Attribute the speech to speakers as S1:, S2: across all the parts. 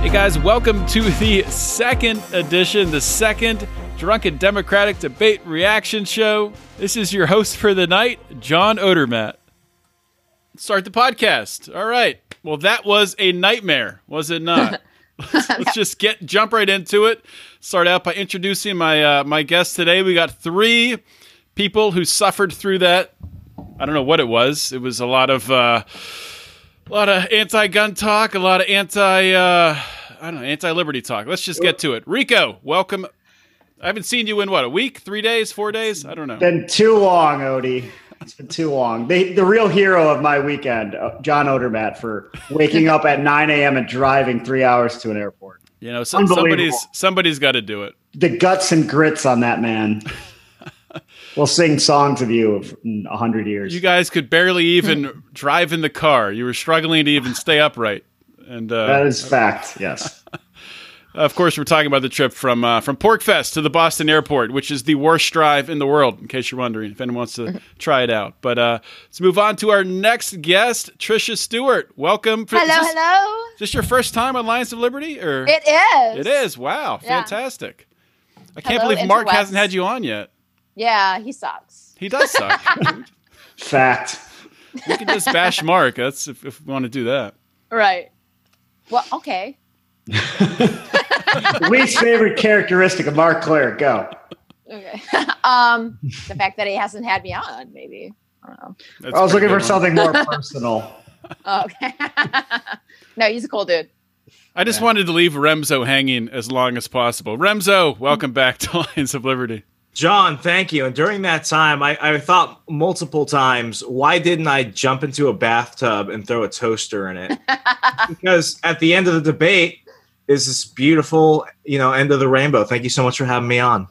S1: Hey guys, welcome to the second edition, the second Drunken Democratic Debate Reaction Show. This is your host for the night, John Odermatt. Start the podcast. All right. Well, that was a nightmare, was it not? let's, let's just get jump right into it. Start out by introducing my uh, my guest today. We got three people who suffered through that. I don't know what it was. It was a lot of uh, a lot of anti-gun talk, a lot of anti uh, I don't know anti-liberty talk. Let's just get to it. Rico, welcome. I haven't seen you in what a week, three days, four days. I don't know.
S2: Been too long, Odie. It's been too long. The, the real hero of my weekend, uh, John Odermatt, for waking up at 9 a.m. and driving three hours to an airport.
S1: You know, some, somebody's
S2: Unbelievable.
S1: somebody's got to do it.
S2: The guts and grits on that man. we'll sing songs of you of in a hundred years.
S1: You guys could barely
S2: Hmm.
S1: even drive in the car. You were struggling to even stay upright. And
S2: that
S1: uh,
S2: is fact. Yes.
S1: of course, we're talking about the trip from uh, from Porkfest to the Boston Airport, which is the worst drive in the world. In case you're wondering, if anyone wants
S2: Mm-hmm.
S1: to try it out. But uh, let's move on to our next guest, Trisha Stewart. Welcome. Is
S3: Hello,
S1: this,
S3: hello.
S1: Is this your first time on Lions of Liberty? Or
S3: It
S1: It
S3: is.
S1: is. Wow,
S3: Yeah.
S1: fantastic! I can't
S3: Hello,
S1: believe Mark
S3: Interwebs.
S1: hasn't had you on yet.
S3: Yeah, he sucks.
S1: He does suck.
S2: fact.
S1: we can just bash Mark. That's if, if we want to do that.
S3: Right. Well, okay.
S2: Least favorite characteristic of Mark Claire. Go.
S3: Okay. um, the fact that he hasn't had me on, maybe. I don't know.
S1: That's
S2: I was
S1: pretty
S2: looking for
S1: good one.
S2: something more personal.
S3: Oh, okay. no, he's a cool dude.
S1: I just
S2: Yeah.
S1: wanted to leave Remzo hanging as long as possible. Remzo, welcome back to Lions of Liberty.
S4: John, thank you. And during that time, I, I thought multiple times, why didn't I jump into a bathtub and throw a toaster in it? because at the end of the debate is this beautiful, you know, end of the rainbow. Thank you so much for having me on.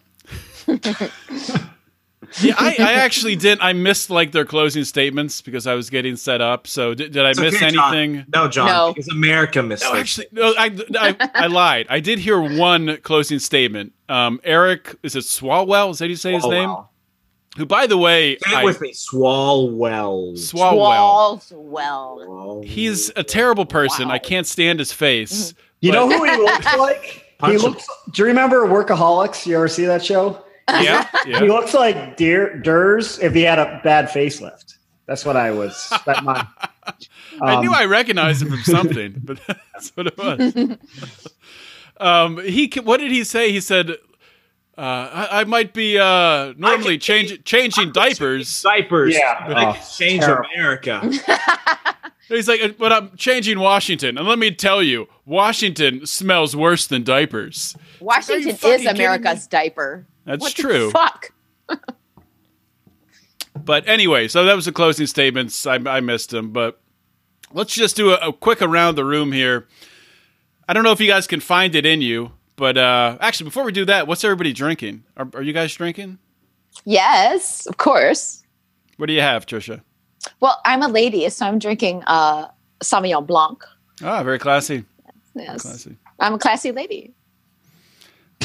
S1: Yeah, I, I actually didn't. I missed like their closing statements because I was getting set up. So did, did I
S4: It's
S1: miss
S4: okay, John.
S1: anything?
S4: No, John,
S3: No.
S4: because America missed
S1: No,
S4: it.
S1: actually, no, I, I, I lied. I did hear one closing statement. Um, Eric, is it Swalwell? Is that how you say his
S4: Swalwell.
S1: name? Who, by the way,
S4: Say it
S1: I,
S4: with me. Swalwell.
S1: Swalwell.
S3: Walls well.
S4: Swalwell.
S1: He's a terrible person.
S3: Wow.
S1: I can't stand his face.
S2: You
S1: But-
S2: know who he looks like? He
S4: Punchable.
S2: looks. Do you remember Workaholics? You ever see that show?
S1: yeah,
S2: He
S1: yeah.
S2: looks like Deer Durs if he had a bad facelift. That's what I was. That my,
S1: I knew
S2: um,
S1: I recognized him from something, but that's what it was. um, he ca- what did he say? He said, uh, I, "I might be uh, normally
S4: can
S1: change, changing diapers."
S4: diapers.
S2: Yeah.
S4: They
S2: Oh,
S4: could change
S2: terrible.
S4: America.
S1: He's like, uh, "But I'm changing Washington, and let me tell you, Washington smells worse than diapers." fucking
S3: Washington is
S1: kidding
S3: America's diaper.
S1: That's
S3: What the
S1: true.
S3: fuck.
S1: But anyway, so that was the closing statements. I, I missed them, but let's just do a, a quick around the room here. I don't know if you guys can find it in you, but uh, actually, before we do that, what's everybody drinking? Are, are you guys drinking?
S3: Yes, of course.
S1: What do you have, Trisha?
S3: Well, I'm a lady, so I'm drinking uh Sauvignon Blanc.
S1: Ah, very classy.
S3: Yes.
S1: Classy.
S3: I'm a classy lady.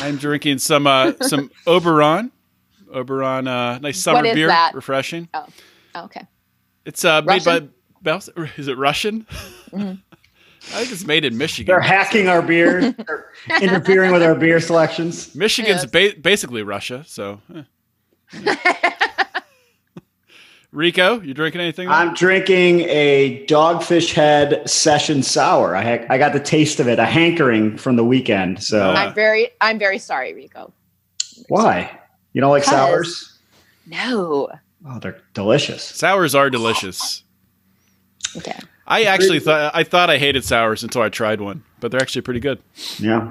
S1: I'm drinking some uh, some Oberon. Oberon, uh, nice summer
S3: What is
S1: beer,
S3: that?
S1: refreshing.
S3: Okay.
S1: It's uh, made by
S3: Russian? Mm-hmm.
S1: Bels- is it Russian? I think it's made in Michigan.
S2: they're hacking our beer, they're interfering with our beer selections.
S1: Michigan's
S3: Yes.
S1: ba- basically Russia, so. eh. Rico, you drinking anything?
S2: I'm drinking a Dogfish Head Session Sour. I ha- I got the taste of it, a hankering from the weekend. So
S1: Uh,
S3: I'm very I'm very sorry, Rico.
S2: why you don't like
S3: Because-
S2: sours?
S3: No.
S2: Oh, they're delicious.
S1: sours are delicious.
S3: Okay.
S1: I actually thought I thought I hated sours until I tried one, but they're actually pretty good.
S2: Yeah.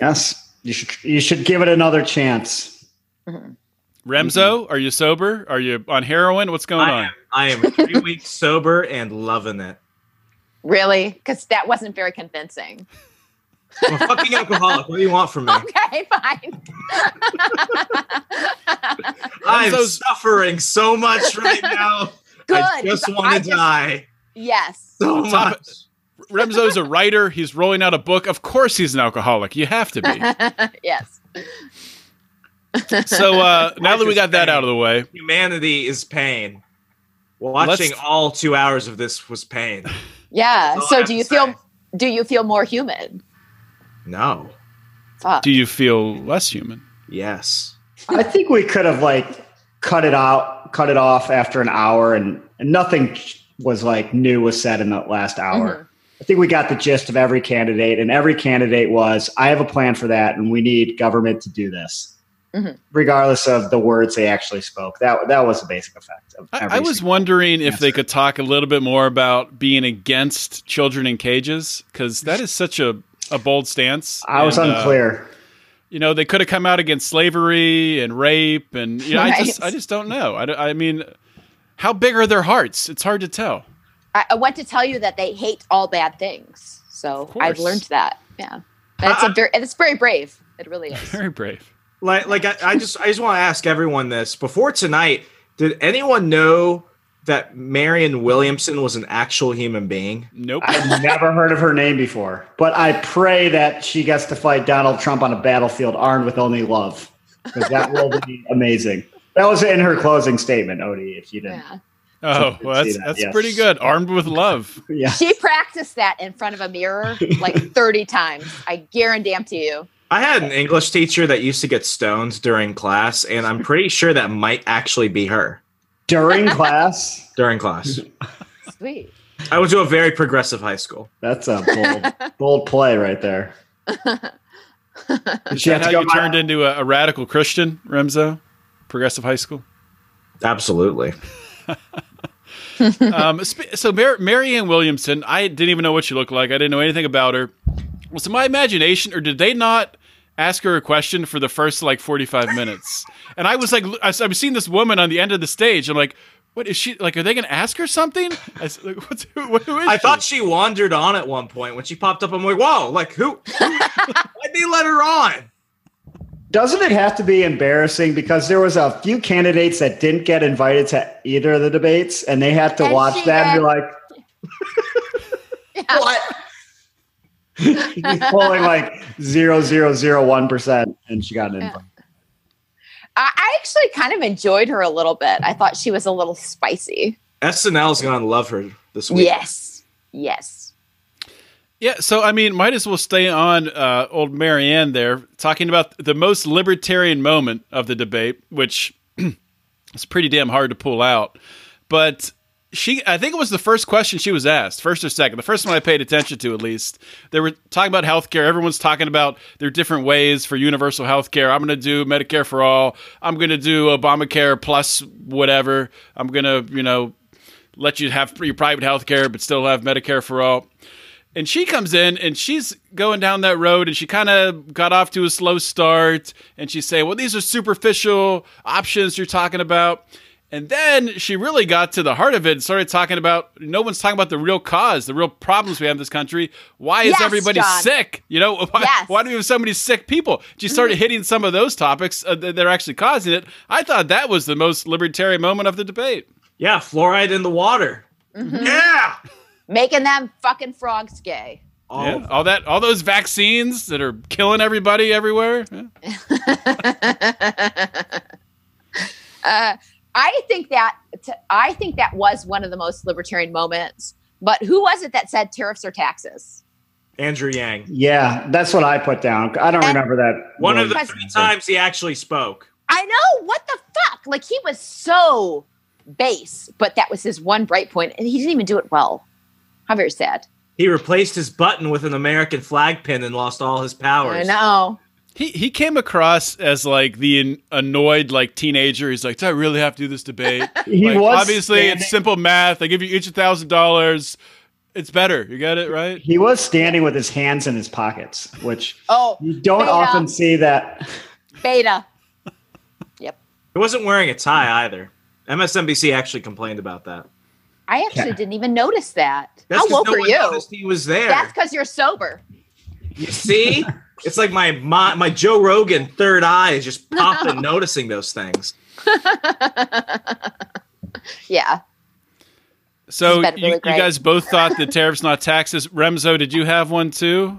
S2: Yes, you should you should give it another chance.
S1: Remzo, are you sober? Are you on heroin? What's going
S4: I
S1: on?
S4: am, I am three weeks sober and loving it.
S3: Really? Because that wasn't very convincing.
S4: I'm a fucking alcoholic. What do you want from me?
S3: Okay, fine.
S4: I'm
S1: so-
S4: suffering so much right now.
S3: Good.
S4: I just
S3: 'cause
S4: want
S3: I
S4: to die
S3: Yes.
S4: so
S1: On top
S4: much.
S1: Remzo's a writer. He's rolling out a book. Of course, he's an alcoholic. You have to be.
S3: yes.
S1: So uh, now
S4: Life
S1: that we
S4: is
S1: got that
S4: pain.
S1: out of the way,
S4: Humanity is pain.
S1: Let's-
S4: Watching all two hours of this was pain.
S3: Yeah.
S4: That's all I
S3: So
S4: have
S3: do
S4: to
S3: you
S4: say.
S3: feel do you feel more human?
S4: No.
S3: Fuck.
S1: Do you feel less human?
S4: Yes.
S2: I think we could have like cut it out, cut it off after an hour, and, and nothing was like new was said in that last hour. I think we got the gist of every candidate, and every candidate was, I have a plan for that, and we need government to do this,
S3: Mhm.
S2: regardless of the words they actually spoke. That that was the basic effect. Of every
S1: I, I was
S2: single-
S1: wondering if they
S2: answer.
S1: could talk a little bit more about being against children in cages because that is such a, a bold stance.
S2: I was
S1: And, uh,
S2: unclear.
S1: you know, they could have come out against slavery and rape, and you know, I just
S3: Right.
S1: I just don't know. I, don't- I mean, how big are their hearts? It's hard to tell.
S3: I, I want to tell you that they hate all bad things. So
S1: Of
S3: I've
S1: course.
S3: learned that. Yeah. That's a very, it's very brave. It really is.
S1: Very brave.
S4: Like like I, I just I just want to ask everyone this. Before tonight, did anyone know that Marion Williamson was an actual human being?
S1: Nope.
S2: I've never heard of her name before, but I pray that she gets to fight Donald Trump on a battlefield armed with only love, because that will be amazing. That was in her closing statement, Odie. If you didn't,
S3: Yeah.
S1: Oh,
S2: did
S1: well,
S2: see
S1: that's
S2: that,
S1: that's
S2: yes.
S1: pretty good. Armed with love.
S2: yeah.
S3: She practiced that in front of a mirror like 30 times. I guarantee to you.
S4: I had an English teacher that used to get stoned during class, and I'm pretty sure that might actually be her
S2: during class.
S4: during class.
S3: Sweet.
S4: I went to a very progressive high school.
S2: That's a bold, bold play right there.
S1: Is that how you turned into a, a radical Christian, Remzo? Progressive high school.
S4: Absolutely.
S1: um, sp- so Mar- Marianne Williamson, I didn't even know what she looked like. I didn't know anything about her. Was it my imagination, or did they not ask her a question for the first like forty-five minutes? And I was like, l- I s- I was seeing this woman on the end of the stage. I'm like, what is she like? Are they going to ask her something? I was like, What's, who, who is
S4: I
S1: she?
S4: thought she wandered on at one point when she popped up. I'm like, whoa, like who? Why'd they let her on?
S2: Doesn't it have to be embarrassing because there was a few candidates that didn't get invited to either of the debates, and they had to
S3: And
S2: watch
S3: she
S2: that and be
S3: did.
S2: like,
S3: Yeah.
S2: she's polling like zero zero zero one percent, and she got an invite.
S3: I, I actually kind of enjoyed her a little bit. I thought she was a little spicy.
S4: SNL's gonna love her this week.
S3: Yes. Yes.
S1: Yeah, so I mean, might as well stay on uh, old Marianne there, talking about the most libertarian moment of the debate, which is pretty damn hard to pull out. But she, I think it was the first question she was asked, first or second, the first one I paid attention to at least. They were talking about healthcare. Everyone's talking about their different ways for universal healthcare. I'm going to do Medicare for all. I'm going to do Obamacare plus whatever. I'm going to, you know, let you have your private health care, but still have Medicare for all. And she comes in and she's going down that road and she kind of got off to a slow start. And she's saying, Well, these are superficial options you're talking about. And then she really got to the heart of it and started talking about no one's talking about the real cause, the real problems we have in this country. Why is
S3: Yes,
S1: everybody
S3: John.
S1: sick? You know, why,
S3: Yes. Mm-hmm.
S1: why do we have so many sick people? She started hitting some of those topics uh, that that are actually causing it. I thought that was the most libertarian moment of the debate.
S4: Yeah, fluoride in the water.
S3: Mhm.
S4: Yeah.
S3: Making them fucking frogs gay.
S4: Oh,
S1: Yeah, all that, all those vaccines that are killing everybody everywhere. Yeah.
S3: Uh, I think that t- I think that was one of the most libertarian moments. But who was it that said tariffs or taxes?
S4: Andrew Yang.
S2: Yeah, that's what I put down. I don't
S3: And-
S2: remember that.
S4: One of the
S3: Because-
S4: three times he actually spoke.
S3: I know what the fuck. Like he was so base, but that was his one bright point, and he didn't even do it well. How very sad.
S4: He replaced his button with an American flag pin and lost all his powers.
S3: I know.
S1: He he came across as like the an- annoyed like teenager. He's like, do I really have to do this debate?
S2: He
S1: Like,
S2: was
S1: obviously
S2: standing,
S1: it's simple math. I give you each a thousand dollars. It's better. You get it right.
S2: he was standing with his hands in his pockets, which
S3: Oh,
S2: you don't
S3: Beta.
S2: often see that.
S3: beta. Yep.
S4: He wasn't wearing a tie either. MSNBC actually complained about that.
S3: I actually
S2: Yeah.
S3: didn't even notice that.
S4: That's
S3: How
S4: 'cause
S3: woke
S4: no
S3: are
S4: one
S3: you?
S4: noticed He was there.
S3: That's because you're sober.
S4: you see, it's like my, my my Joe Rogan third eye is just popping, noticing those things.
S3: Yeah.
S1: So
S3: It's been
S1: you,
S3: really
S1: you
S3: great.
S1: guys both thought that tariffs not taxes. Remzo, did you have one too?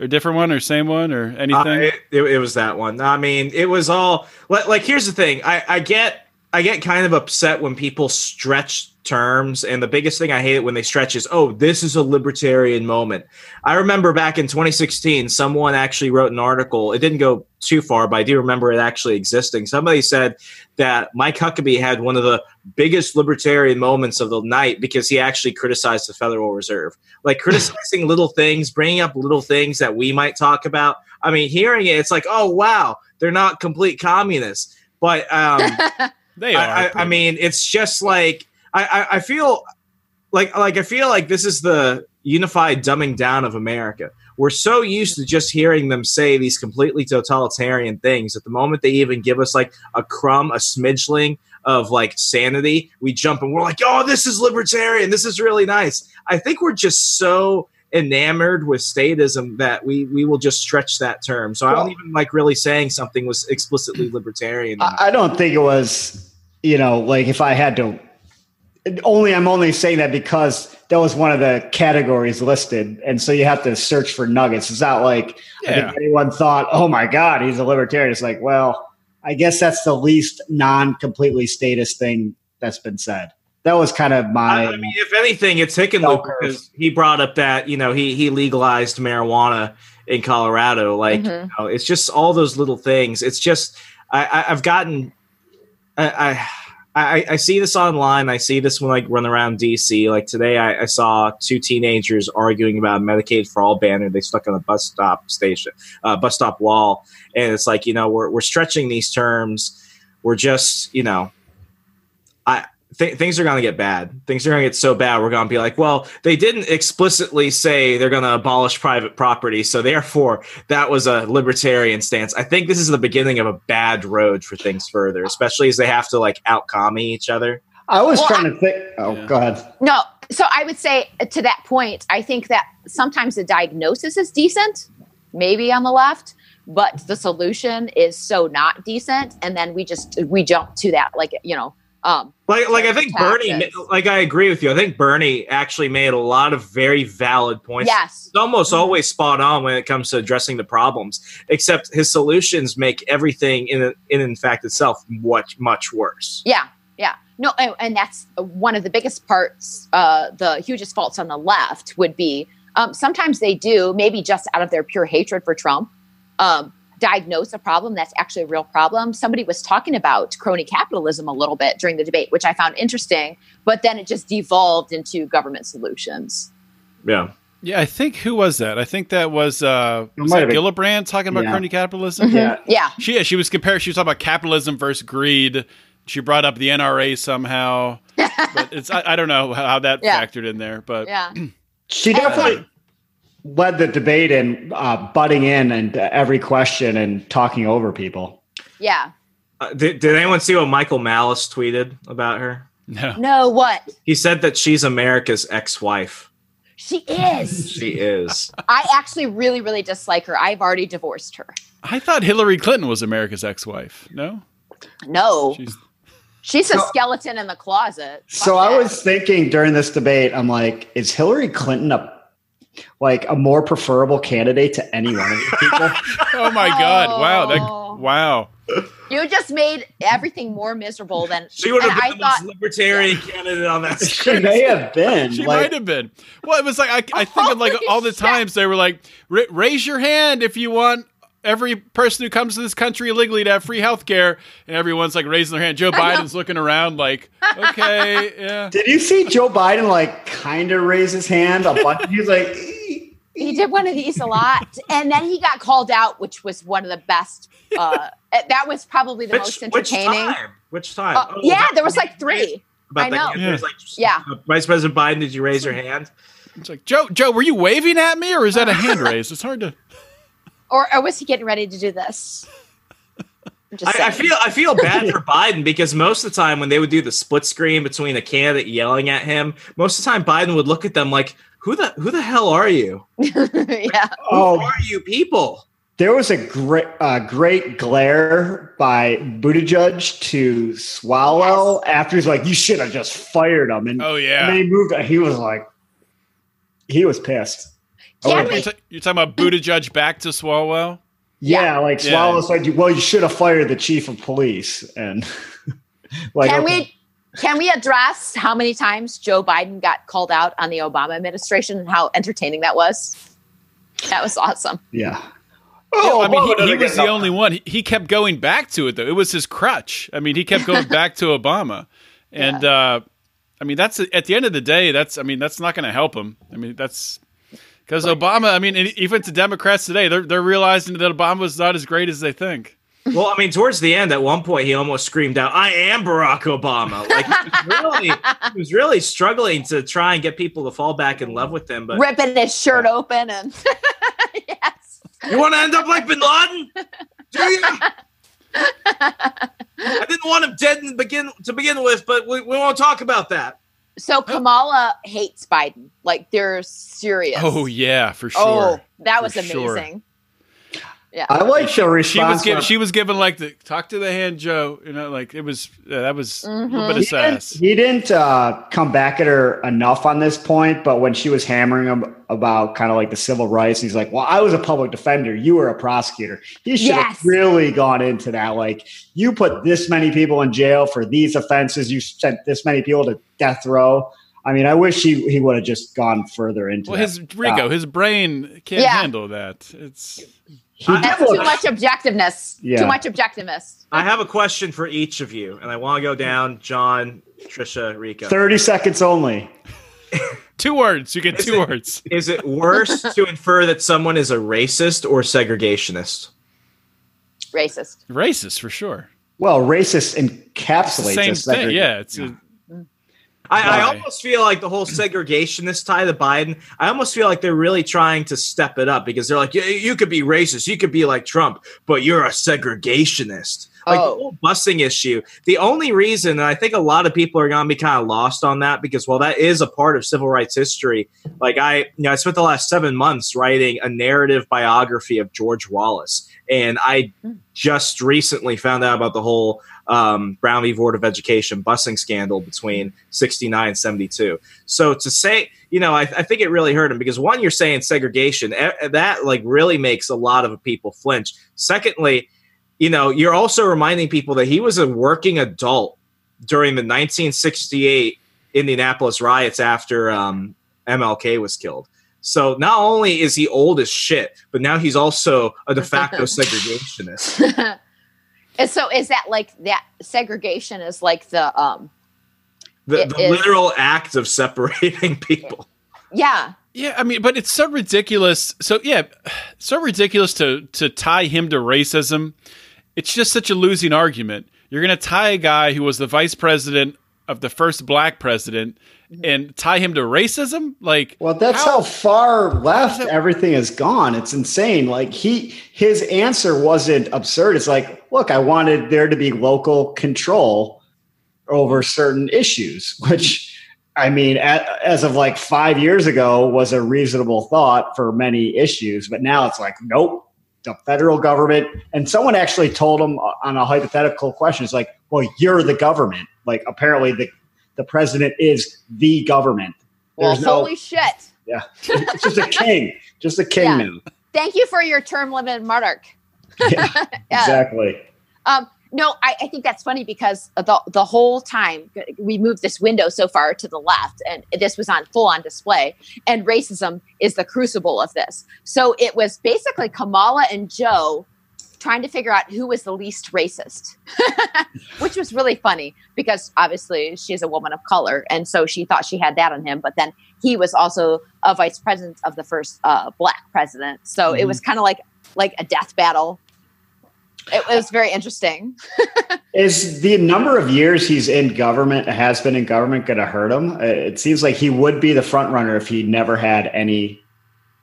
S1: Or different one or same one or anything?
S4: Uh, it, it, it was that one. I mean, it was all like, like here's the thing. I, I get I I get kind of upset when people stretch terms, and the biggest thing I hate it when they stretch is, oh, this is a libertarian moment. I remember back in 2016, someone actually wrote an article. It didn't go too far, but I do remember it actually existing. Somebody said that Mike Huckabee had one of the biggest libertarian moments of the night because he actually criticized the Federal Reserve, like criticizing little things, bringing up little things that we might talk about. I mean, hearing it, it's like, oh wow, they're not complete communists. But um,
S1: They are.
S4: I, I, I
S1: pretty
S4: mean, it's just like I, I, I feel like like I feel like this is the unified dumbing down of America. We're so used to just hearing them say these completely totalitarian things. At the moment they even give us like a crumb, a smidgeling of like sanity, we jump and we're like, "Oh, this is libertarian. This is really nice." I think we're just so enamored with statism that we we will just stretch that term. So I don't
S2: Well-
S4: even like really saying something was explicitly libertarian.
S2: I I don't think it was, you know, like if I had to it- only I'm only saying that because that was one of the categories listed. And so you have to search for nuggets. It's not like I
S1: Yeah.
S2: think anyone thought, oh my God, he's a libertarian. It's like, well, I guess that's the least non completely statist thing that's been said. That was kind of my.
S4: I, I mean, if anything, it's Hickenlooper
S2: Bell curve.
S4: because he brought up that you know he he legalized marijuana in Colorado. Like
S3: Mhm.
S4: you know, it's just all those little things. It's just I, I I've gotten I. I I, I see this online. I see this when like run around DC. Like today, I, I saw two teenagers arguing about a Medicaid for all banner they stuck on a bus stop station, uh, bus stop wall, and it's like you know we're we're stretching these terms. We're just you know th- things are going to get bad. Things are going to get so bad. We're going to be like, well, they didn't explicitly say they're going to abolish private property. So therefore, that was a libertarian stance. I think this is the beginning of a bad road for things further, especially as they have to like out commie each other.
S2: I was
S3: Well,
S2: trying to think. Oh,
S1: Yeah.
S2: go ahead.
S3: No, so I would say uh, to that point, I think that sometimes the diagnosis is decent, maybe on the left, but the solution is so not decent, and then we just we jump to that, like you know, um,
S4: Like, like I think Bernie,
S3: Taxes.
S4: ma- like I agree with you. I think Bernie actually made a lot of very valid points.
S3: yes,
S4: It's almost always spot on when it comes to addressing the problems, except his solutions make everything in, in, in fact itself much, much worse.
S3: yeah, yeah, no, and, and that's uh, one of the biggest parts, uh, the hugest faults on the left would be um, sometimes they do maybe just out of their pure hatred for Trump. Um, diagnose a problem that's actually a real problem somebody was talking about crony capitalism a little bit during the debate which i found interesting but then it just devolved into government solutions.
S4: Yeah.
S1: Yeah, I think who was that? I think that was uh
S2: It
S1: was
S2: might
S1: that
S2: have been-
S1: Gillibrand talking about
S2: Yeah.
S1: crony capitalism.
S2: Yeah.
S3: Yeah.
S1: She yeah, she was comparing she was talking about capitalism versus greed. She brought up the NRA somehow. but it's I, I don't know how that
S3: Yeah.
S1: factored in there, but
S3: Yeah.
S2: She
S3: And-
S2: definitely led the debate in uh, butting in and uh, every question and talking over people.
S3: Yeah.
S4: Uh, did, did anyone see what Michael Malice tweeted about her?
S1: no.
S3: No, what?
S4: He said that she's America's ex-wife.
S3: She is.
S4: She is.
S3: I actually really, really dislike her. I've already divorced her.
S1: I thought Hillary Clinton was America's ex-wife. No,
S3: No.
S1: she's
S3: She's a
S2: So-
S3: skeleton in the closet. Fuck
S2: So I
S3: that.
S2: was thinking during this debate, I'm like, is Hillary Clinton a like a more preferable candidate to any one of these people?
S1: oh my god! Wow,
S3: Oh.
S1: that wow.
S3: You just made everything more miserable than
S4: She would
S3: and
S4: have
S3: I
S4: been the most
S3: thought
S4: libertarian candidate on that
S2: she
S4: screen.
S2: may have been.
S1: She
S2: like,
S1: might have been. Well, it was like I, I think of like
S3: Holy
S1: all the
S3: shit.
S1: times they were like, "Ra- raise your hand if you want every person who comes to this country illegally to have free health care, and everyone's like raising their hand. Joe Biden's looking around like, okay, yeah.
S2: Did you see Joe Biden like kind of raise his hand a bunch? He's like, "Eh."
S3: he did one of these a lot. And then he got called out, which was one of the best uh that was probably the
S4: Which,
S3: most
S4: which
S3: entertaining.
S4: time? Which time?
S3: Uh,
S4: Oh,
S3: yeah,
S4: that-
S3: there was like three.
S4: About
S3: I
S4: that
S3: know.
S4: kid. There's like,
S3: Yeah.
S4: uh, Vice President Biden, did you raise your hand?
S1: It's like Joe, Joe, were you waving at me or is that a hand raise? It's hard to.
S3: Or, or was he getting ready to do this? I'm just
S4: I, I
S3: saying.
S4: feel I feel bad for Biden because most of the time when they would do the split screen between a candidate yelling at him, most of the time Biden would look at them like, "Who the who the hell are you?
S3: yeah.
S4: Who
S2: oh,
S4: are you people?"
S2: there was a great, uh, great glare by Buttigieg to Swallow after he's like, you should have just fired him. And,
S1: Oh
S2: and then
S1: yeah.
S2: he moved. uh, He was like, he was pissed. I
S3: Can
S2: would've-
S1: You're,
S3: we,
S1: ta- you're talking about Buttigieg back to Swalwell.
S2: Yeah, like
S1: Yeah.
S2: Swallow said, well, you should have fired the chief of police. And like,
S3: can
S2: okay.
S3: we can we address how many times Joe Biden got called out on the Obama administration and how entertaining that was? That was awesome.
S2: Yeah.
S1: I mean,
S5: Obama
S1: he, he
S5: doesn't
S1: was
S5: get
S1: the
S5: enough-
S1: only one. He, he kept going back to it, though. It was his crutch. I mean, he kept going back to Obama, and uh, I mean, that's at the end of the day. That's I mean, that's not going to help him. I mean, that's because Obama. I mean, and even to Democrats today, they're they're realizing that Obama's not as great as they think.
S4: Well, I mean, towards the end, at one point, he almost screamed out, "I am Barack Obama!" Like he was really, he was really struggling to try and get people to fall back in love with him. But
S3: Ripping his shirt open and yes.
S4: you want to end up like Bin Laden, do you? I didn't want him dead in begin to begin with, but we, we won't talk about that.
S3: So Kamala hates Biden. Like they're serious.
S1: Oh yeah, for sure.
S3: Oh, that was
S1: For sure.
S3: amazing. Yeah.
S2: I like the response.
S1: She was given.
S2: of-
S1: She was given like the talk to the hand, Joe. You know, like it was. Yeah, that was a
S3: Mhm.
S1: little bit of
S2: he didn't,
S1: sass.
S2: he didn't uh, come back at her enough on this point, but when she was hammering him about kind of like the civil rights, he's like, "Well, I was a public defender. You were a prosecutor. He should
S3: Yes.
S2: have really gone into that. Like, you put this many people in jail for these offenses. You sent this many people to death row. I mean, I wish he he would have just gone further into.
S1: Well,
S2: that.
S1: his Rico, his brain can't
S3: Yeah.
S1: handle that. It's
S2: he did
S3: That's
S2: look-
S3: too much objectiveness.
S2: Yeah.
S3: Too much objectiveness.
S4: I have a question for each of you, and I want to go down, John, Trisha, Rico.
S2: Thirty seconds only.
S1: two words. You get
S4: Is
S1: two
S4: it-
S1: words.
S4: Is it worse to infer that someone is a racist or segregationist?
S3: Racist.
S1: Racist for sure.
S2: Well, racist encapsulates
S1: Same
S2: us.
S1: thing. Yeah, it's
S2: Yeah.
S4: I, I
S1: Why?
S4: almost feel like the whole segregationist tie to Biden. I almost feel like they're really trying to step it up because they're like, "Yeah, you could be racist, you could be like Trump, but you're a segregationist. Like
S3: Oh.
S4: the whole busing issue. The only reason, and I think a lot of people are going to be kind of lost on that because while that is a part of civil rights history, like I, you know, I spent the last seven months writing a narrative biography of George Wallace, and I just recently found out about the whole um, Brown v. Board of Education busing scandal between 69 and 72. So to say, you know, I, I think it really hurt him because one, you're saying segregation. E- That like really makes a lot of people flinch. Secondly, you know, you're also reminding people that he was a working adult during the 1968 Indianapolis riots after um, MLK was killed. So not only is he old as shit, but now he's also a de facto segregationist.
S3: And so is that like that segregation is like the um
S4: the,
S3: It
S4: the
S3: is-
S4: literal act of separating people.
S3: yeah.
S1: Yeah, I mean, but it's so ridiculous. So yeah, so ridiculous to to tie him to racism. It's just such a losing argument. You're going to tie a guy who was the vice president of the first black president and tie him to racism? Like
S2: Well, that's how, far left everything has gone. It's insane. Like he, his answer wasn't absurd. It's like, look, I wanted there to be local control over certain issues, which I mean, a as of like five years ago, was a reasonable thought for many issues. But now it's like, nope, the federal government. And someone actually told him uh, on a hypothetical question, it's like, well, you're the government. Like apparently, the the president is the government.
S3: Well,
S2: There's no-
S3: holy shit.
S2: it's just a king, just a king
S3: Yeah.
S2: now.
S3: Thank you for your term limited monarch.
S2: Yeah,
S3: Yeah.
S2: Exactly.
S3: Um, no, I, I think that's funny because the the whole time we moved this window so far to the left, and this was on full on display. And racism is the crucible of this. So it was basically Kamala and Joe trying to figure out who was the least racist, which was really funny because obviously she's a woman of color, and so she thought she had that on him. But then he was also a vice president of the first uh, black president, so it was kind of like like a death battle. It was very interesting.
S2: Is the number of years he's in government, has been in government, going to hurt him? Uh, It seems like he would be the front runner if he never had any.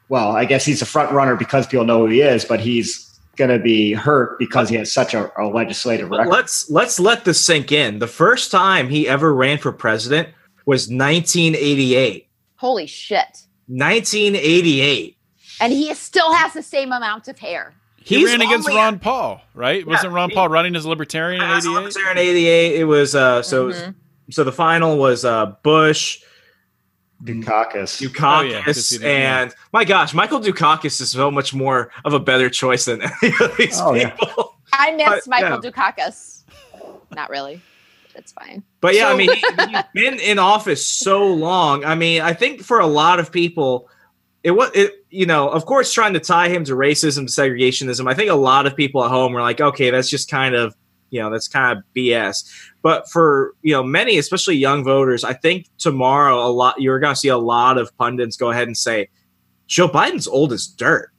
S2: Well, I guess he's a front runner because people know who he is, but he's going to be hurt because he has such a, a legislative
S4: But
S2: record.
S4: let's let's let this sink in. The first time he ever ran for president was 1988.
S3: Holy shit.
S4: 1988.
S3: And he still has the same amount of hair.
S1: he
S4: He's
S1: ran against
S4: only-
S1: Ron Paul, right? Wasn't Ron
S4: he-
S1: Paul running as libertarian
S4: I
S1: in
S4: was on
S1: 88?
S4: there in 88. It was uh so it was-
S3: Mm-hmm.
S4: so the final was uh Bush,
S2: Dukakis.
S1: Oh, yeah,
S4: Dukakis,
S1: 'cause he didn't- yeah.
S4: and my gosh, Michael Dukakis is so much more of a better choice than any of these
S2: Oh, yeah.
S4: people.
S3: I miss
S4: Uh,
S3: Michael
S4: yeah.
S3: Dukakis. Not really. That's fine.
S4: But yeah, I
S3: So-
S4: mean, he, he's been in office so long. I mean, I think for a lot of people, it was, it, you know, of course, trying to tie him to racism, segregationism. I think a lot of people at home were like, okay, that's just kind of, you know, that's kind of BS. But for, you know, many, especially young voters, I think tomorrow, a lot, you're going to see a lot of pundits go ahead and say, Joe Biden's old as dirt.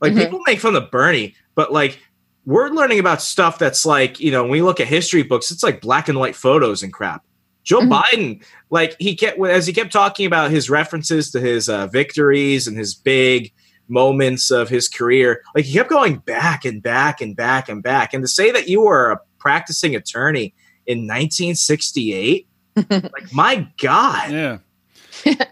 S4: Like,
S3: Mhm.
S4: people make fun of Bernie, but like, we're learning about stuff that's like, you know, when we look at history books, it's like black and white photos and crap. Joe
S3: Mhm.
S4: Biden, like he kept as he kept talking about his references to his uh, victories and his big moments of his career, like he kept going back and back and back and back. And to say that you were a practicing attorney in 1968, like my God,
S1: Yeah. and,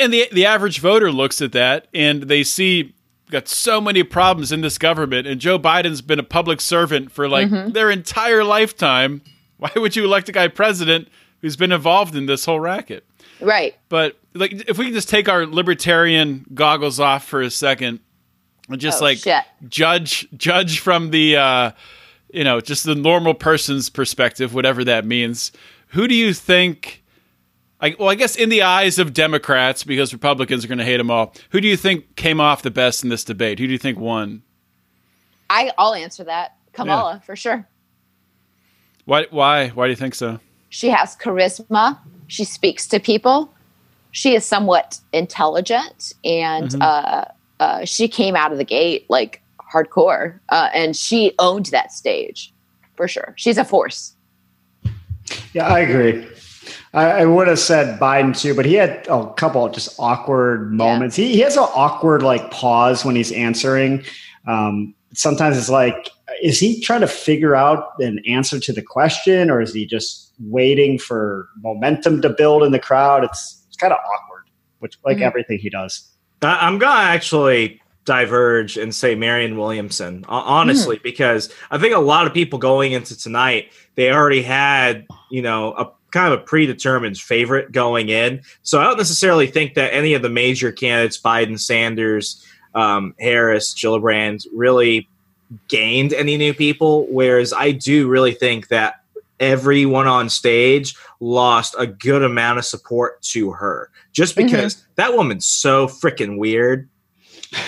S1: and the the average voter looks at that and they see we've got so many problems in this government and Joe Biden's been a public servant for like their entire lifetime. Why would you elect a guy president who's been involved in this whole racket?
S3: Right.
S1: But like if we can just take our libertarian goggles off for a second and just
S3: Oh,
S1: like
S3: shit.
S1: judge judge from the uh you know, just the normal person's perspective, whatever that means. Who do you think I, well, I guess in the eyes of Democrats, because Republicans are going to hate them all, who do you think came off the best in this debate? Who do you think won?
S3: I I'll answer that. Kamala for sure.
S1: Why? Why? Why do you think so?
S3: She has charisma. She speaks to people. She is somewhat intelligent, and uh, uh, she came out of the gate like hardcore, uh, and she owned that stage for sure. She's a force.
S2: Yeah, I agree. I, I would have said Biden too, but he had a couple of just awkward moments. He, he has an awkward like pause when he's answering. Um, sometimes it's like, is he trying to figure out an answer to the question, or is he just waiting for momentum to build in the crowd? It's it's kind of awkward, which like
S3: Mhm.
S2: everything he does.
S4: I, I'm gonna actually diverge and say Marion Williamson, ho- honestly, because I think a lot of people going into tonight, they already had, you know, a kind of a predetermined favorite going in. So I don't necessarily think that any of the major candidates, Biden, Sanders, um, Harris, Gillibrand, really gained any new people. Whereas I do really think that everyone on stage lost a good amount of support to her just because that woman's so freaking weird.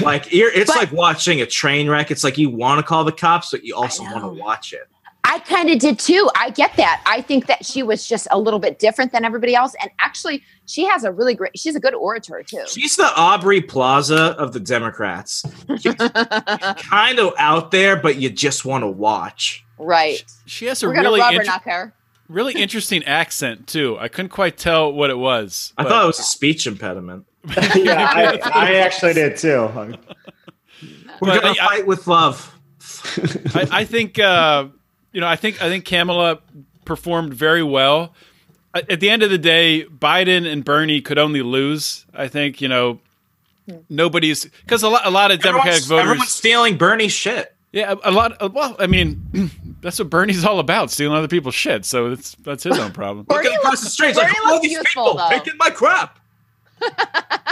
S4: Like you're, it's
S3: But-
S4: like watching a train wreck. It's like you want to call the cops, but you also
S3: know.
S4: want to watch it.
S3: I kind of did too. I get that. I think that she was just a little bit different than everybody else, and actually, she has a really great. She's a good orator too.
S4: She's the Aubrey Plaza of the Democrats. She's kind of out there, but you just want to watch.
S3: right.
S1: She has a
S3: We're gonna
S1: really
S3: rubber
S1: inter-
S3: knock her.
S1: really interesting accent too. I couldn't quite tell what it was.
S4: I
S1: but-
S4: thought it was a speech impediment.
S2: yeah, I, I actually did too.
S4: We're
S1: But
S4: gonna
S1: I-
S4: fight with love.
S1: I, I think uh, you know. I think I think Kamala performed very well. At at the end of the day, Biden and Bernie could only lose. I think you know nobody's because a lot a lot of Democratic
S4: everyone's,
S1: voters.
S4: everyone's stealing Bernie's shit.
S1: Yeah, a a lot. Of, well, I mean, that's what Bernie's all about: stealing other people's shit. So that's that's his own problem.
S4: Look
S3: Bernie
S4: at across the street. It's like,
S3: Bernie
S4: who are
S3: looks
S4: these
S3: youthful,
S4: people
S3: though.
S4: taking my crap?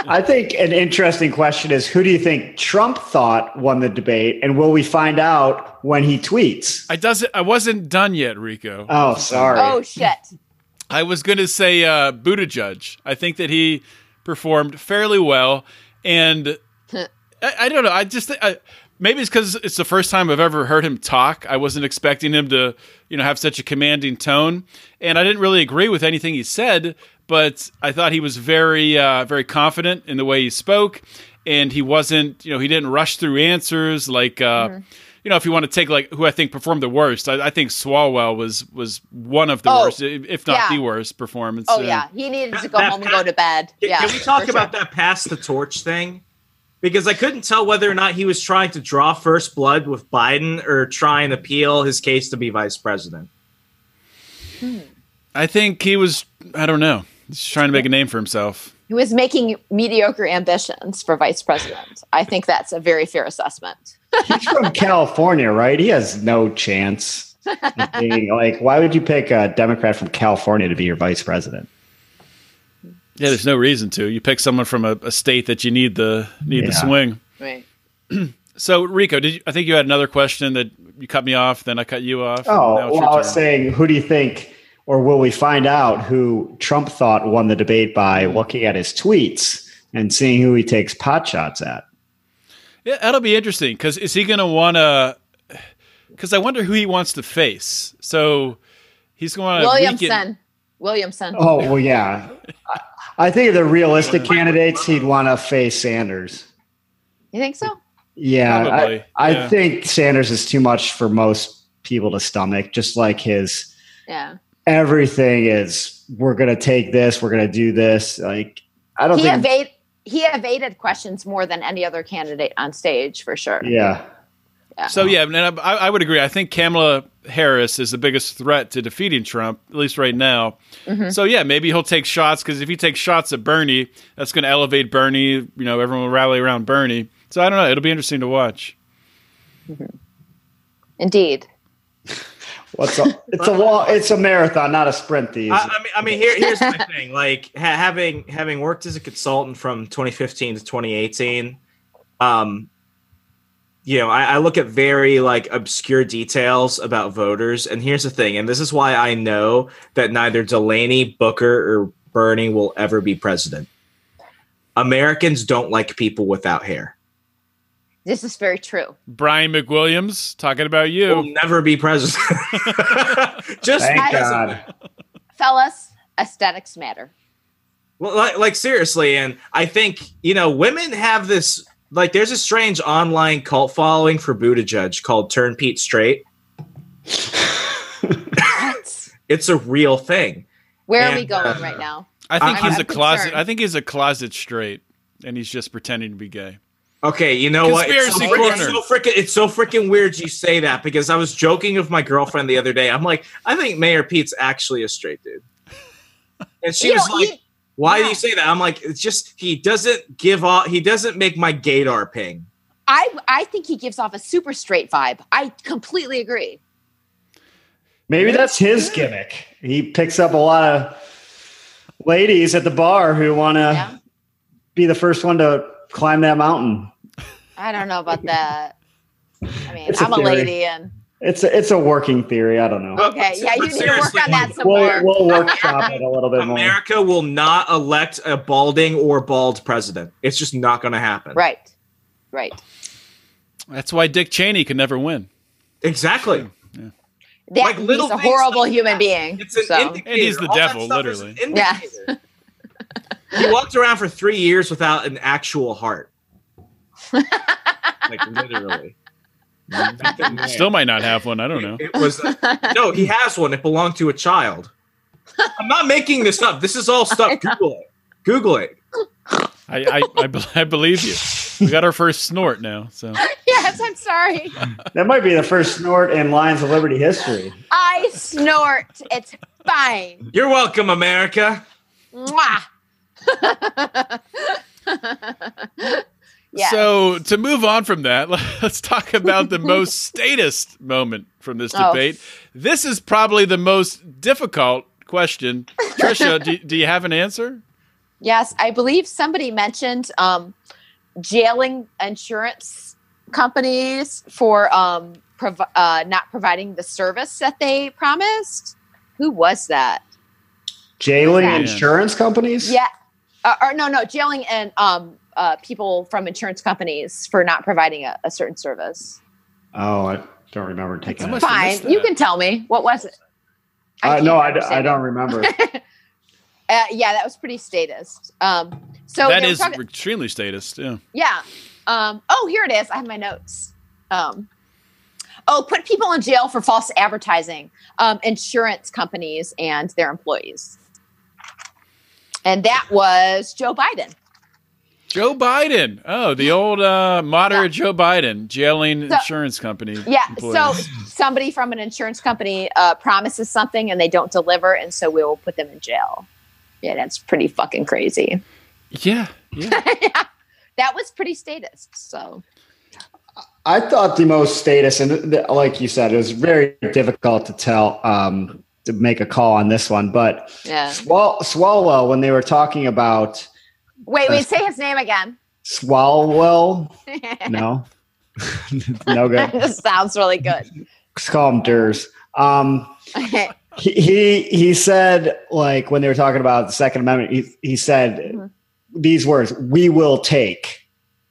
S2: I think an interesting question is who do you think Trump thought won the debate, and will we find out when he tweets?
S1: I doesn't. I wasn't done yet, Rico.
S2: Oh, sorry.
S3: Oh shit.
S1: I was going to say uh, Buttigieg. I think that he performed fairly well, and I, I don't know. I just I, maybe it's because it's the first time I've ever heard him talk. I wasn't expecting him to, you know, have such a commanding tone, and I didn't really agree with anything he said. But I thought he was very, uh, very confident in the way he spoke, and he wasn't, you know, he didn't rush through answers like. Uh, You know, if you want to take like who I think performed the worst, I, I think Swalwell was was one of the
S3: Oh,
S1: worst, if not
S3: yeah.
S1: the worst performance.
S3: Oh
S1: Uh,
S3: yeah, he needed to go
S4: That-
S3: home and go to bed.
S4: Can,
S3: Yeah.
S4: can we talk
S3: for
S4: about
S3: sure.
S4: that pass the torch thing? Because I couldn't tell whether or not he was trying to draw first blood with Biden or try and appeal his case to be vice president.
S1: I think he was. I don't know. He's just trying to make a name for himself.
S3: He was making mediocre ambitions for vice president. I think that's a very fair assessment.
S2: He's from California, right? He has no chance. of being, like, why would you pick a Democrat from California to be your vice president?
S1: Yeah, there's no reason to. You pick someone from a, a state that you need the need the
S2: Yeah.
S1: swing.
S3: Right.
S1: So Rico, did you, I think you had another question that you cut me off? Then I cut you off. and now
S2: Oh,
S1: it's your
S2: well, I was
S1: turn.
S2: saying, who do you think Or will we find out who Trump thought won the debate by looking at his tweets and seeing who he takes pot shots at?
S1: Yeah, that'll be interesting because is he going to want to? Because I wonder who he wants to face. So he's
S4: Uh,
S1: going to
S3: Williamson. Williamson.
S2: Oh, well, yeah. I- I think of the realistic candidates, he'd want to face Sanders.
S3: You think so?
S2: Yeah, I,
S1: Probably,
S2: I
S1: yeah.
S2: think Sanders is too much for most people to stomach. Just like his
S3: Yeah.
S2: everything is, we're gonna take this, we're gonna do this. Like I don't
S3: He
S2: think.
S3: evade he evaded questions more than any other candidate on stage for sure.
S2: yeah,
S1: So yeah, and I, I would agree. I think Kamala Harris is the biggest threat to defeating Trump, at least right now. So yeah, maybe he'll take shots because if he takes shots at Bernie, that's going to elevate Bernie. You know, everyone will rally around Bernie. So I don't know. It'll be interesting to watch.
S3: Indeed.
S2: what's a, it's a wall, it's a marathon, not a sprint. These
S4: I, I mean, I mean, here, here's my thing. Like ha- having having worked as a consultant from 2015 to 2018, um, you know, I, I look at very like obscure details about voters. And here's the thing, and this is why I know that neither Delaney, Booker, or Bernie will ever be president. Americans don't like people without hair.
S3: This is very true.
S1: Brian McWilliams talking about
S4: Will
S1: you.
S4: never be president. Just
S2: Thank
S4: because of
S2: God.
S3: Fellas, aesthetics matter.
S4: Well, like, like seriously, and I think you know women have this like there's a strange online cult following for Buttigieg called Turn Pete Straight.
S3: What?
S4: It's a real thing.
S3: Where are
S4: And,
S3: we going
S4: uh,
S3: right now?
S1: I think
S4: I'm-
S1: he's
S3: I'm
S1: a closet.
S3: concerned.
S1: I think he's a closet straight, and he's just pretending to be gay.
S4: Okay, you know what? It's so
S1: Conspiracy
S4: frickin- it's
S1: corner.
S4: so frickin- it's so freaking weird you say that because I was joking with my girlfriend the other day. I'm like, I think Mayor Pete's actually a straight dude, and she
S3: You
S4: was
S3: know,
S4: like,
S3: you-
S4: "Why do
S3: yeah.
S4: you say that?" I'm like, "It's just he doesn't give off. He doesn't make my gaydar ping."
S3: I I think he gives off a super straight vibe. I completely agree.
S2: Maybe that's his gimmick. He picks up a lot of ladies at the bar who want to
S3: Yeah.
S2: be the first one to climb that mountain.
S3: I don't know about that. I mean,
S2: It's a
S3: I'm a,
S2: theory.
S3: lady and
S2: It's a, it's a working theory. I don't know.
S3: okay, yeah, you need to work
S4: Seriously.
S3: on that some
S2: We'll,
S3: more.
S2: we'll workshop it a little bit more.
S4: America will not elect a balding or bald president. It's just not going to happen.
S3: Right. Right.
S1: That's why Dick Cheney can never win.
S4: Exactly.
S3: That
S4: Like, little
S3: he's a
S4: things
S3: horrible
S4: like
S3: human
S4: that.
S3: being.
S4: It's an
S3: so.
S4: indicator.
S1: And he's the
S4: that
S1: devil,
S4: stuff is an
S1: literally.
S3: Yeah.
S4: indicator. he walked around for three years without an actual heart. like literally. Nothing there.
S1: Still might not have one. I don't know.
S4: It was no. He has one. It belonged to a child. I'm not making this up. This is all stuff. Google it. Google it.
S1: I I, I, be- I believe you. We got our first snort now. So
S3: yes, I'm sorry.
S2: That might be the first snort in Lions of Liberty history.
S3: I snort. It's fine.
S4: You're welcome, America.
S3: Mwah. yeah.
S1: So to move on from that, let's talk about the most statist moment from this
S3: Oh.
S1: debate. This is probably the most difficult question. Trisha, do, do you have an answer?
S3: Yes, I believe somebody mentioned um, jailing insurance companies for um, prov- uh, not providing the service that they promised. Who was that?
S2: Jailing
S3: Yeah.
S2: insurance companies?
S3: Yeah, uh, or no, no, jailing and um, uh, people from insurance companies for not providing a, a certain service.
S2: Oh, I don't remember taking
S1: How
S2: that.
S1: much- I
S3: Fine,
S1: missed
S3: you
S1: that.
S3: can tell me what was it.
S2: Uh,
S3: can't
S2: no, I, d- I
S3: understand it.
S2: don't remember.
S3: Uh, yeah, that was pretty statist. Um, so
S1: that
S3: they were
S1: is
S3: talking-
S1: extremely statist. Yeah.
S3: Yeah. Um, oh, here it is. I have my notes. Um, oh, put people in jail for false advertising, um, insurance companies and their employees. And that was Joe Biden.
S1: Joe Biden. Oh, the old uh, moderate Joe Biden jailing
S3: So-
S1: insurance company.
S3: Yeah. So
S1: employees.
S3: somebody from an insurance company uh, promises something and they don't deliver. And so we will put them in jail. Yeah, that's pretty fucking crazy.
S1: yeah, yeah.
S3: That was pretty statist. So,
S2: I thought the most status, and th- like you said, it was very difficult to tell, um, to make a call on this one. But
S3: yeah.
S2: Swal- Swalwell, when they were talking about
S3: Wait, wait, say his name again.
S2: Swalwell, no, no good.
S3: this sounds really good.
S2: Let's call him Durs. Um, he, he he said like when they were talking about the Second Amendment, he he said
S3: Mhm.
S2: these words: "We will take."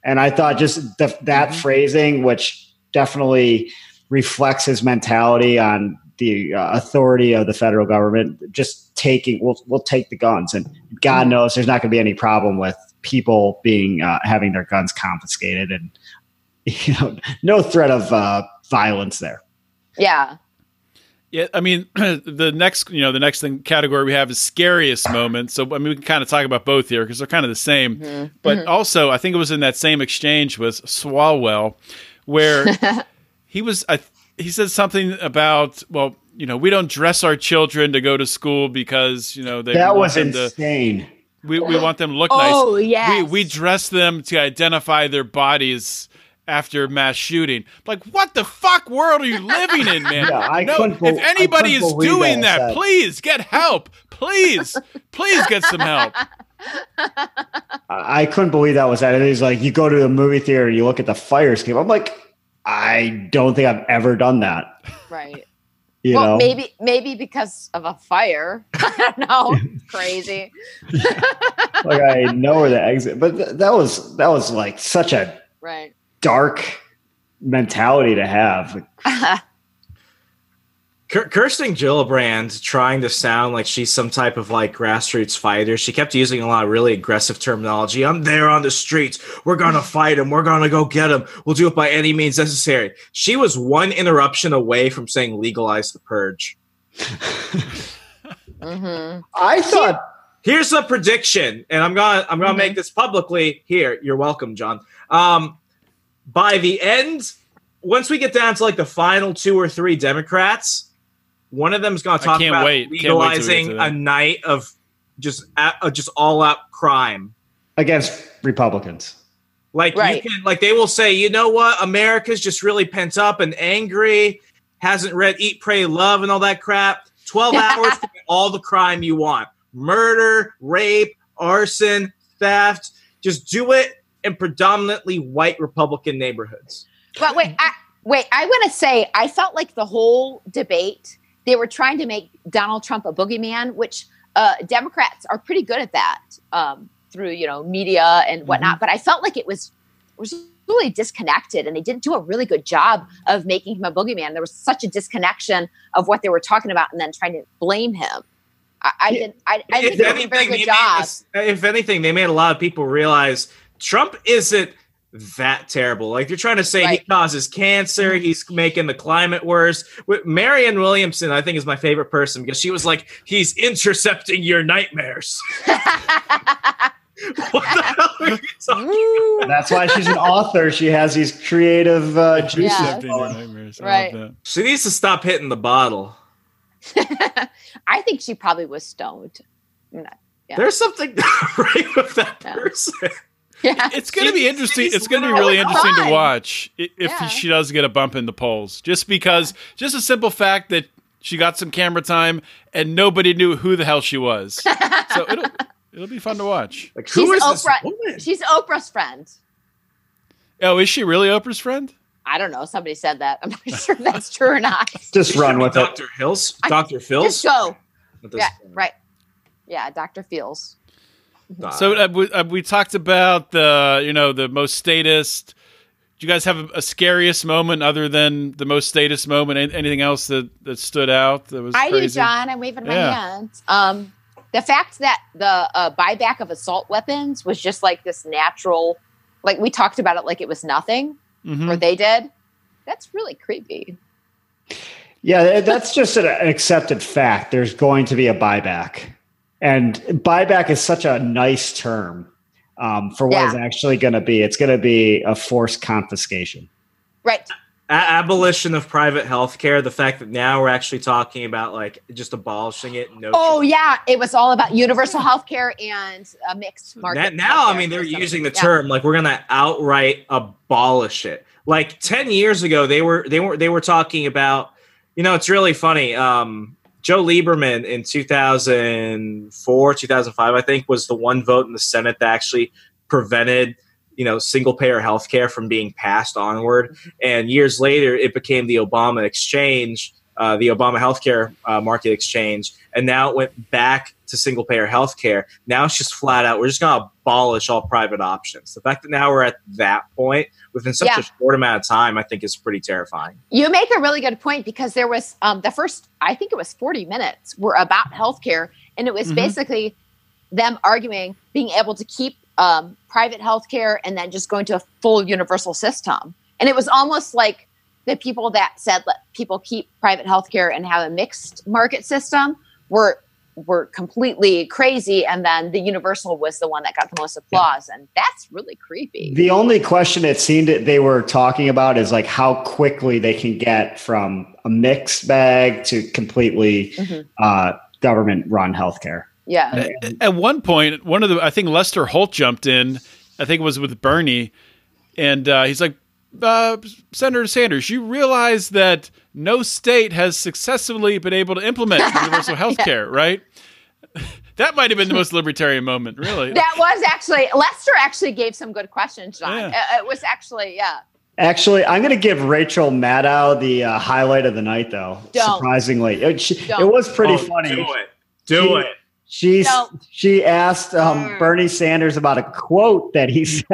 S2: And I thought just the, that phrasing, which definitely reflects his mentality on the uh, authority of the federal government, just taking we'll we'll take the guns, and God knows there's not going to be any problem with people being uh, having their guns confiscated, and you know, no threat of uh, violence there.
S3: Yeah.
S1: Yeah, I mean the next you know the next thing category we have is scariest moments. So I mean we can kind of talk about both here because they're kind of the same. But also I think it was in that same exchange with Swalwell where he was I, th- he said something about well you know we don't dress our children to go to school because you know they
S2: that
S1: want
S2: was
S1: them to,
S2: insane.
S1: we, we want them to look nice.
S3: Oh yeah.
S1: We we dress them to identify their bodies after mass shooting. Like, what the fuck world are you living in, man?
S2: Yeah, I
S1: no,
S2: couldn't
S1: if
S2: bel-
S1: anybody
S2: I
S1: is
S2: couldn't believe
S1: doing
S2: that,
S1: that,
S2: Seth.
S1: please get help. Please, please get some help.
S2: I I couldn't believe that was that. He's like, you go to the movie theater, you look at the fire escape. I'm like, I don't think I've ever done that.
S3: right.
S2: You know,
S3: well, maybe maybe because of a fire. I don't know. Crazy.
S2: like I know where the exit. But th- that was that was like such a
S3: Right.
S2: dark mentality to have.
S4: Kir- Kirsten Gillibrand trying to sound like she's some type of like grassroots fighter. She kept using a lot of really aggressive terminology. I'm there on the streets. We're gonna fight him. We're gonna go get him. We'll do it by any means necessary. She was one interruption away from saying legalize the purge.
S3: hmm
S2: I thought
S4: Here's a prediction, and I'm gonna I'm gonna
S3: Mhm.
S4: make this publicly. Here, you're welcome, John. Um, by the end, once we get down to like the final two or three Democrats, one of them's gonna
S1: I
S4: talk
S1: can't
S4: about
S1: wait. Can't wait till we get to
S4: legalizing a
S1: that.
S4: night of just a- uh, just all out crime.
S2: against Republicans.
S4: Like
S3: Right.
S4: you can, like they will say, you know what, America's just really pent up and angry, hasn't read Eat, Pray, Love, and all that crap. Twelve hours for all the crime you want: murder, rape, arson, theft. Just do it in predominantly white Republican neighborhoods.
S3: But wait, I, wait. I want to say I felt like the whole debate they were trying to make Donald Trump a boogeyman, which uh, Democrats are pretty good at that um, through you know media and whatnot. But I felt like it was it was really disconnected, and they didn't do a really good job of making him a boogeyman. There was such a disconnection of what they were talking about, and then trying to blame him. I, I
S2: Yeah.
S3: didn't. I, I didn't do a very
S4: they
S3: good
S4: made
S3: job.
S4: us- if anything, they made a lot of people realize Trump isn't that terrible. Like you're trying to say he
S3: Right. Mm-hmm.
S4: causes cancer, he's making the climate worse. With Marianne Williamson, I think is my favorite person because she was like, he's intercepting your nightmares. what the hell are you talking?
S3: Mm-hmm.
S2: That's why she's an author. She has these creative uh, juices.
S3: Yeah.
S1: Accepting your nightmares. I love
S3: Right.
S1: that.
S4: She needs to stop hitting the bottle.
S3: I think she probably was stoned. I'm not- Yeah.
S4: There's something right with that
S3: Yeah.
S4: person.
S3: Yeah.
S1: It's going to be
S4: She's-
S1: interesting.
S4: she's
S1: It's going to be
S4: literally
S1: really interesting to
S3: fine.
S1: watch i- if
S3: Yeah.
S1: she does get a bump in the polls, just because, just a simple fact that she got some camera time and nobody knew who the hell she was. so it'll it'll be fun to watch.
S4: Like,
S3: She's
S4: who is this
S3: Oprah.
S4: woman?
S3: She's Oprah's friend.
S1: Oh, is she really Oprah's friend?
S3: I don't know. Somebody said that. I'm not sure if that's true or not.
S2: Just run with it.
S4: Dr. Hills.
S3: I-
S4: Dr. Phil's.
S3: Just go.
S4: At this
S3: Yeah,
S4: point.
S3: right. Yeah, Dr. Fields.
S1: So uh, we, uh, we talked about the you know the most statist. Do you guys have a, a scariest moment other than the most statist moment? An- Anything else that, that stood out that was
S3: I do,
S1: crazy?
S3: John. I'm waving my
S1: Yeah.
S3: hand. Um, the fact that the uh, buyback of assault weapons was just like this natural, like we talked about it like it was nothing,
S1: Mhm.
S4: Mm-hmm.
S3: or they did. That's really creepy.
S2: Yeah, that- that's just an accepted fact. There's going to be a buyback. And buyback is such a nice term um, for what is actually going to be. It's going to be a forced confiscation.
S3: Right.
S4: a- abolition of private health care the fact that now we're actually talking about like just abolishing it no
S3: Oh, yeah. It was all about universal health care and a mixed market.
S4: That- now i
S3: healthcare
S4: mean they're
S3: or something.
S4: using the
S3: Yeah.
S4: term like we're gonna outright abolish it like 10 years ago they were they were they were talking about you know it's really funny um joe lieberman in 2004 2005 i think was the one vote in the senate that actually prevented you know single payer health care from being passed onward and years later it became the obama exchange uh, the Obama healthcare uh, market exchange, and now it went back to single payer healthcare. Now it's just flat out, we're just going to abolish all private options. The fact that now we're at that point within such
S3: Yeah.
S4: a short amount of time, I think is pretty terrifying.
S3: You make a really good point because there was um, the first, I think it was 40 minutes, were about healthcare. And it was
S1: Mhm.
S3: basically them arguing being able to keep um, private healthcare and then just going to a full universal system. And it was almost like the people that said let people keep private healthcare and have a mixed market system were were completely crazy and then the universal was the one that got the most applause and that's really creepy
S2: The only question it seemed that they were talking about is like how quickly they can get from a mixed bag to completely
S3: Mhm.
S2: uh, government run healthcare.
S3: yeah
S1: At, at one point, one of the I think Lester Holt jumped in. I think it was with Bernie, and uh, he's like, uh, "Senator Sanders, you realize that no state has successfully been able to implement universal health care, right?" that might have been the most libertarian moment, really.
S3: that was actually Lester actually gave some good questions, John. Uh,
S1: Yeah.
S3: It- It, was actually yeah.
S2: Actually, I'm going to give Rachel Maddow the uh, highlight of the night, though.
S3: Don't.
S2: Surprisingly, it, she- it
S3: Don't.
S2: was pretty
S4: Oh,
S2: funny.
S4: Do it. Do it.
S2: She
S3: Don't.
S2: she asked um,
S3: Mm.
S2: Bernie Sanders about a quote that he said,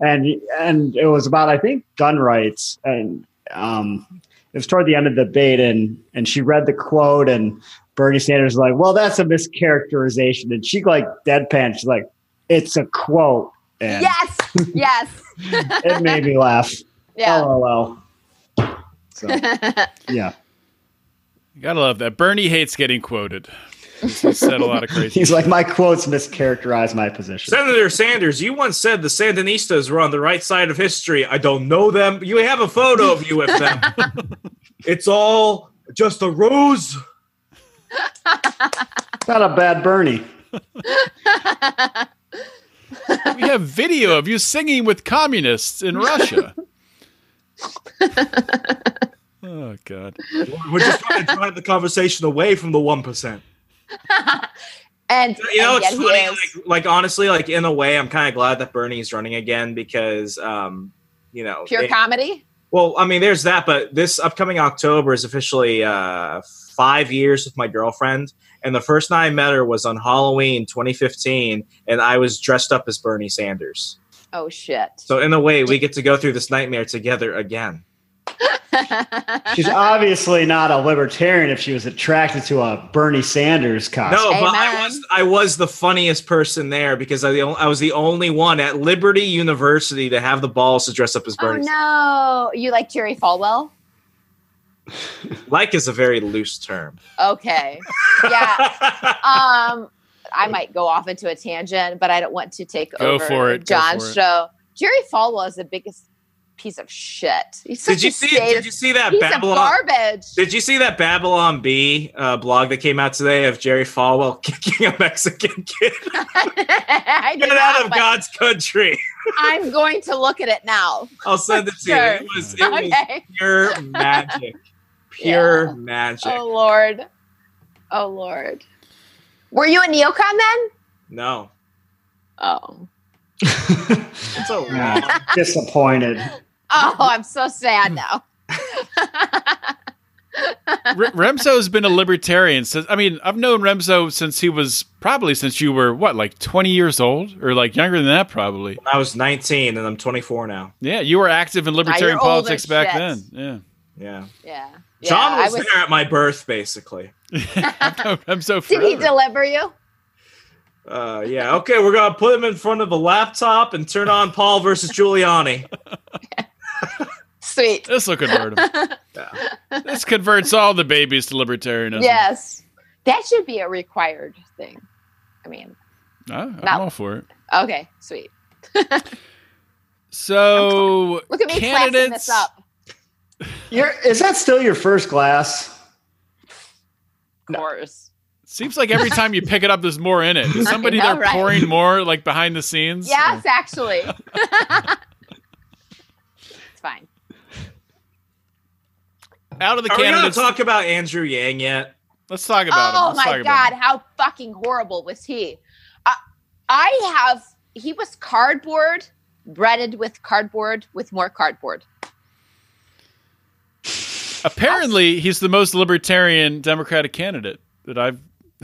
S2: and and it was about I think gun rights, and um, it was toward the end of the debate, and and she read the quote, and Bernie Sanders was like, well, that's a mischaracterization, and she like deadpan, she's like, it's a quote, and
S3: Yes, yes,
S2: it made me laugh.
S3: yeah.
S2: LOL. So
S4: Oh.
S2: yeah,
S1: Gotta love that. Bernie hates getting quoted. He said a lot of crazy.
S2: he's like my quotes mischaracterize my position.
S4: Senator Sanders, you once said the Sandinistas were on the right side of history. I don't know them. You have a photo of you with them. it's all just a ruse.
S2: Not a bad Bernie.
S1: We have video of you singing with communists in Russia. oh God.
S4: We're just trying to drive the conversation away from the one percent.
S3: and
S4: You know,
S3: and
S4: it's
S3: yet he
S4: funny.
S3: is.
S4: Like, like honestly, like in a way, I'm kind of glad that Bernie's running again because, um, you know,
S3: pure
S4: it-
S3: comedy.
S4: Well, I mean, there's that, but this upcoming October is officially uh, five years with my girlfriend. And the first night I met her was on Halloween 2015, and I was dressed up as Bernie Sanders.
S3: Oh shit!
S4: So, in a way, we get to go through this nightmare together again.
S3: Oh,
S2: She's obviously not a libertarian if she was attracted to a Bernie Sanders
S4: No,
S2: costume.
S4: but I
S3: Amen.
S4: was, I was the funniest person there because I, the on- I was the only one at Liberty University to have the balls to dress up as
S3: oh
S4: Bernie. Sanders.
S3: no, you like Jerry Falwell?
S4: Like is a very loose term.
S3: Okay, yeah. Um, I might go off into a tangent, but I don't want to take
S1: Go
S3: over
S1: for it, go
S3: John's
S1: for it.
S3: show. Jerry Falwell is the biggest piece of shit. He's such
S4: did you
S3: a
S4: see?
S3: state
S4: Did you see that
S3: piece of
S4: Babylon?
S3: garbage.
S4: Did you see that Babylon B uh, blog that came out today of Jerry Falwell kicking a Mexican kid?
S3: I did
S4: Get out
S3: not,
S4: of
S3: but
S4: God's country.
S3: I'm going to look at it now.
S4: I'll send it to you. It was, it was
S3: Okay.
S4: pure magic. Pure
S3: Yeah.
S4: magic.
S3: Oh Lord. Oh Lord. Were you a neocon then?
S4: No.
S3: Oh.
S4: It's a long.
S2: Yeah, disappointed.
S3: Oh, I'm so sad now.
S1: Re- Remso's been a libertarian since I mean I've known Remso since he was probably since you were what like 20 years old or like younger than that probably.
S4: I was 19 and I'm 24 now.
S1: Yeah, you were active in libertarian
S3: you're old
S1: politics
S3: as
S1: back
S3: shit.
S1: then. Yeah.
S4: Yeah.
S3: yeah. yeah.
S4: John
S3: I
S4: was, there at my birth, basically.
S1: I've known Remso
S3: Did he
S1: forever.
S3: deliver you?
S4: Uh, yeah. Okay. We're going to put him in front of a laptop and turn on Paul versus Giuliani.
S3: Sweet.
S1: this will convert him.
S4: Yeah.
S1: This converts all the babies to libertarianism.
S3: Yes. That should be a required thing. I mean,
S1: Ah, I'm
S3: Now-
S1: all for it.
S3: okay, sweet.
S1: So
S3: Look at me classing
S1: candidates
S3: this up.
S2: You're, is that still your first glass?
S3: Of course.
S1: seems like every time you pick it up there's more in it. Is
S3: I
S1: somebody
S3: know,
S1: there
S3: right?
S1: pouring more like behind the scenes?
S3: Yes, actually. it's fine.
S1: Out of the
S4: Are we going to
S1: candidates.
S4: talk about Andrew Yang yet?
S1: let's talk about
S3: Oh
S1: him. Let's talk
S3: my
S1: about him.
S3: god, how fucking horrible was he? I, I have he was cardboard, breaded with cardboard with more cardboard.
S1: Apparently, he's the most libertarian Democratic candidate that I've.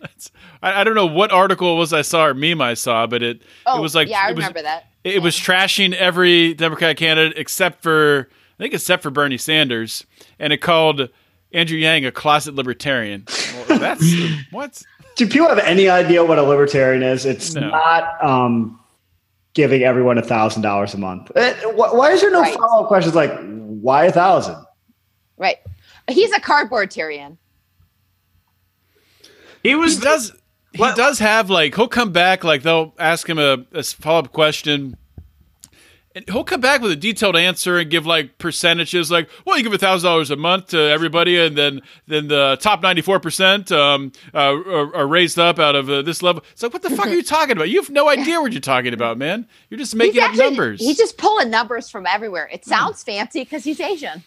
S1: That's- I, I don't know what article it was I saw or meme I saw, but it it was like
S3: Oh, yeah, I
S1: it was-
S3: remember that.
S1: it was trashing every Democratic candidate except for I think except for Bernie Sanders, and it called Andrew Yang a closet libertarian. Well, that's what
S2: Do people have any idea what a libertarian is? It's
S1: No.
S2: not um, giving everyone a thousand dollars a month. Eh, wh- Why is there no
S3: Right.
S2: follow up questions like why a thousand?
S3: Right. He's a cardboardtarian.
S4: He was
S1: he does. He
S4: Well-
S1: does have like he'll come back like they'll ask him a, follow up question. And he'll come back with a detailed answer and give like percentages, like, well, you give thousand dollars a month to everybody, and then then the top ninety four percent um uh, are, are raised up out of uh, this level. It's like, what the fuck are you talking about? You have no idea what you're talking about, man. You're just making
S3: he's
S1: up
S3: actually-
S1: numbers. Hmm.
S3: He's just pulling numbers from everywhere. It sounds fancy because he's Asian.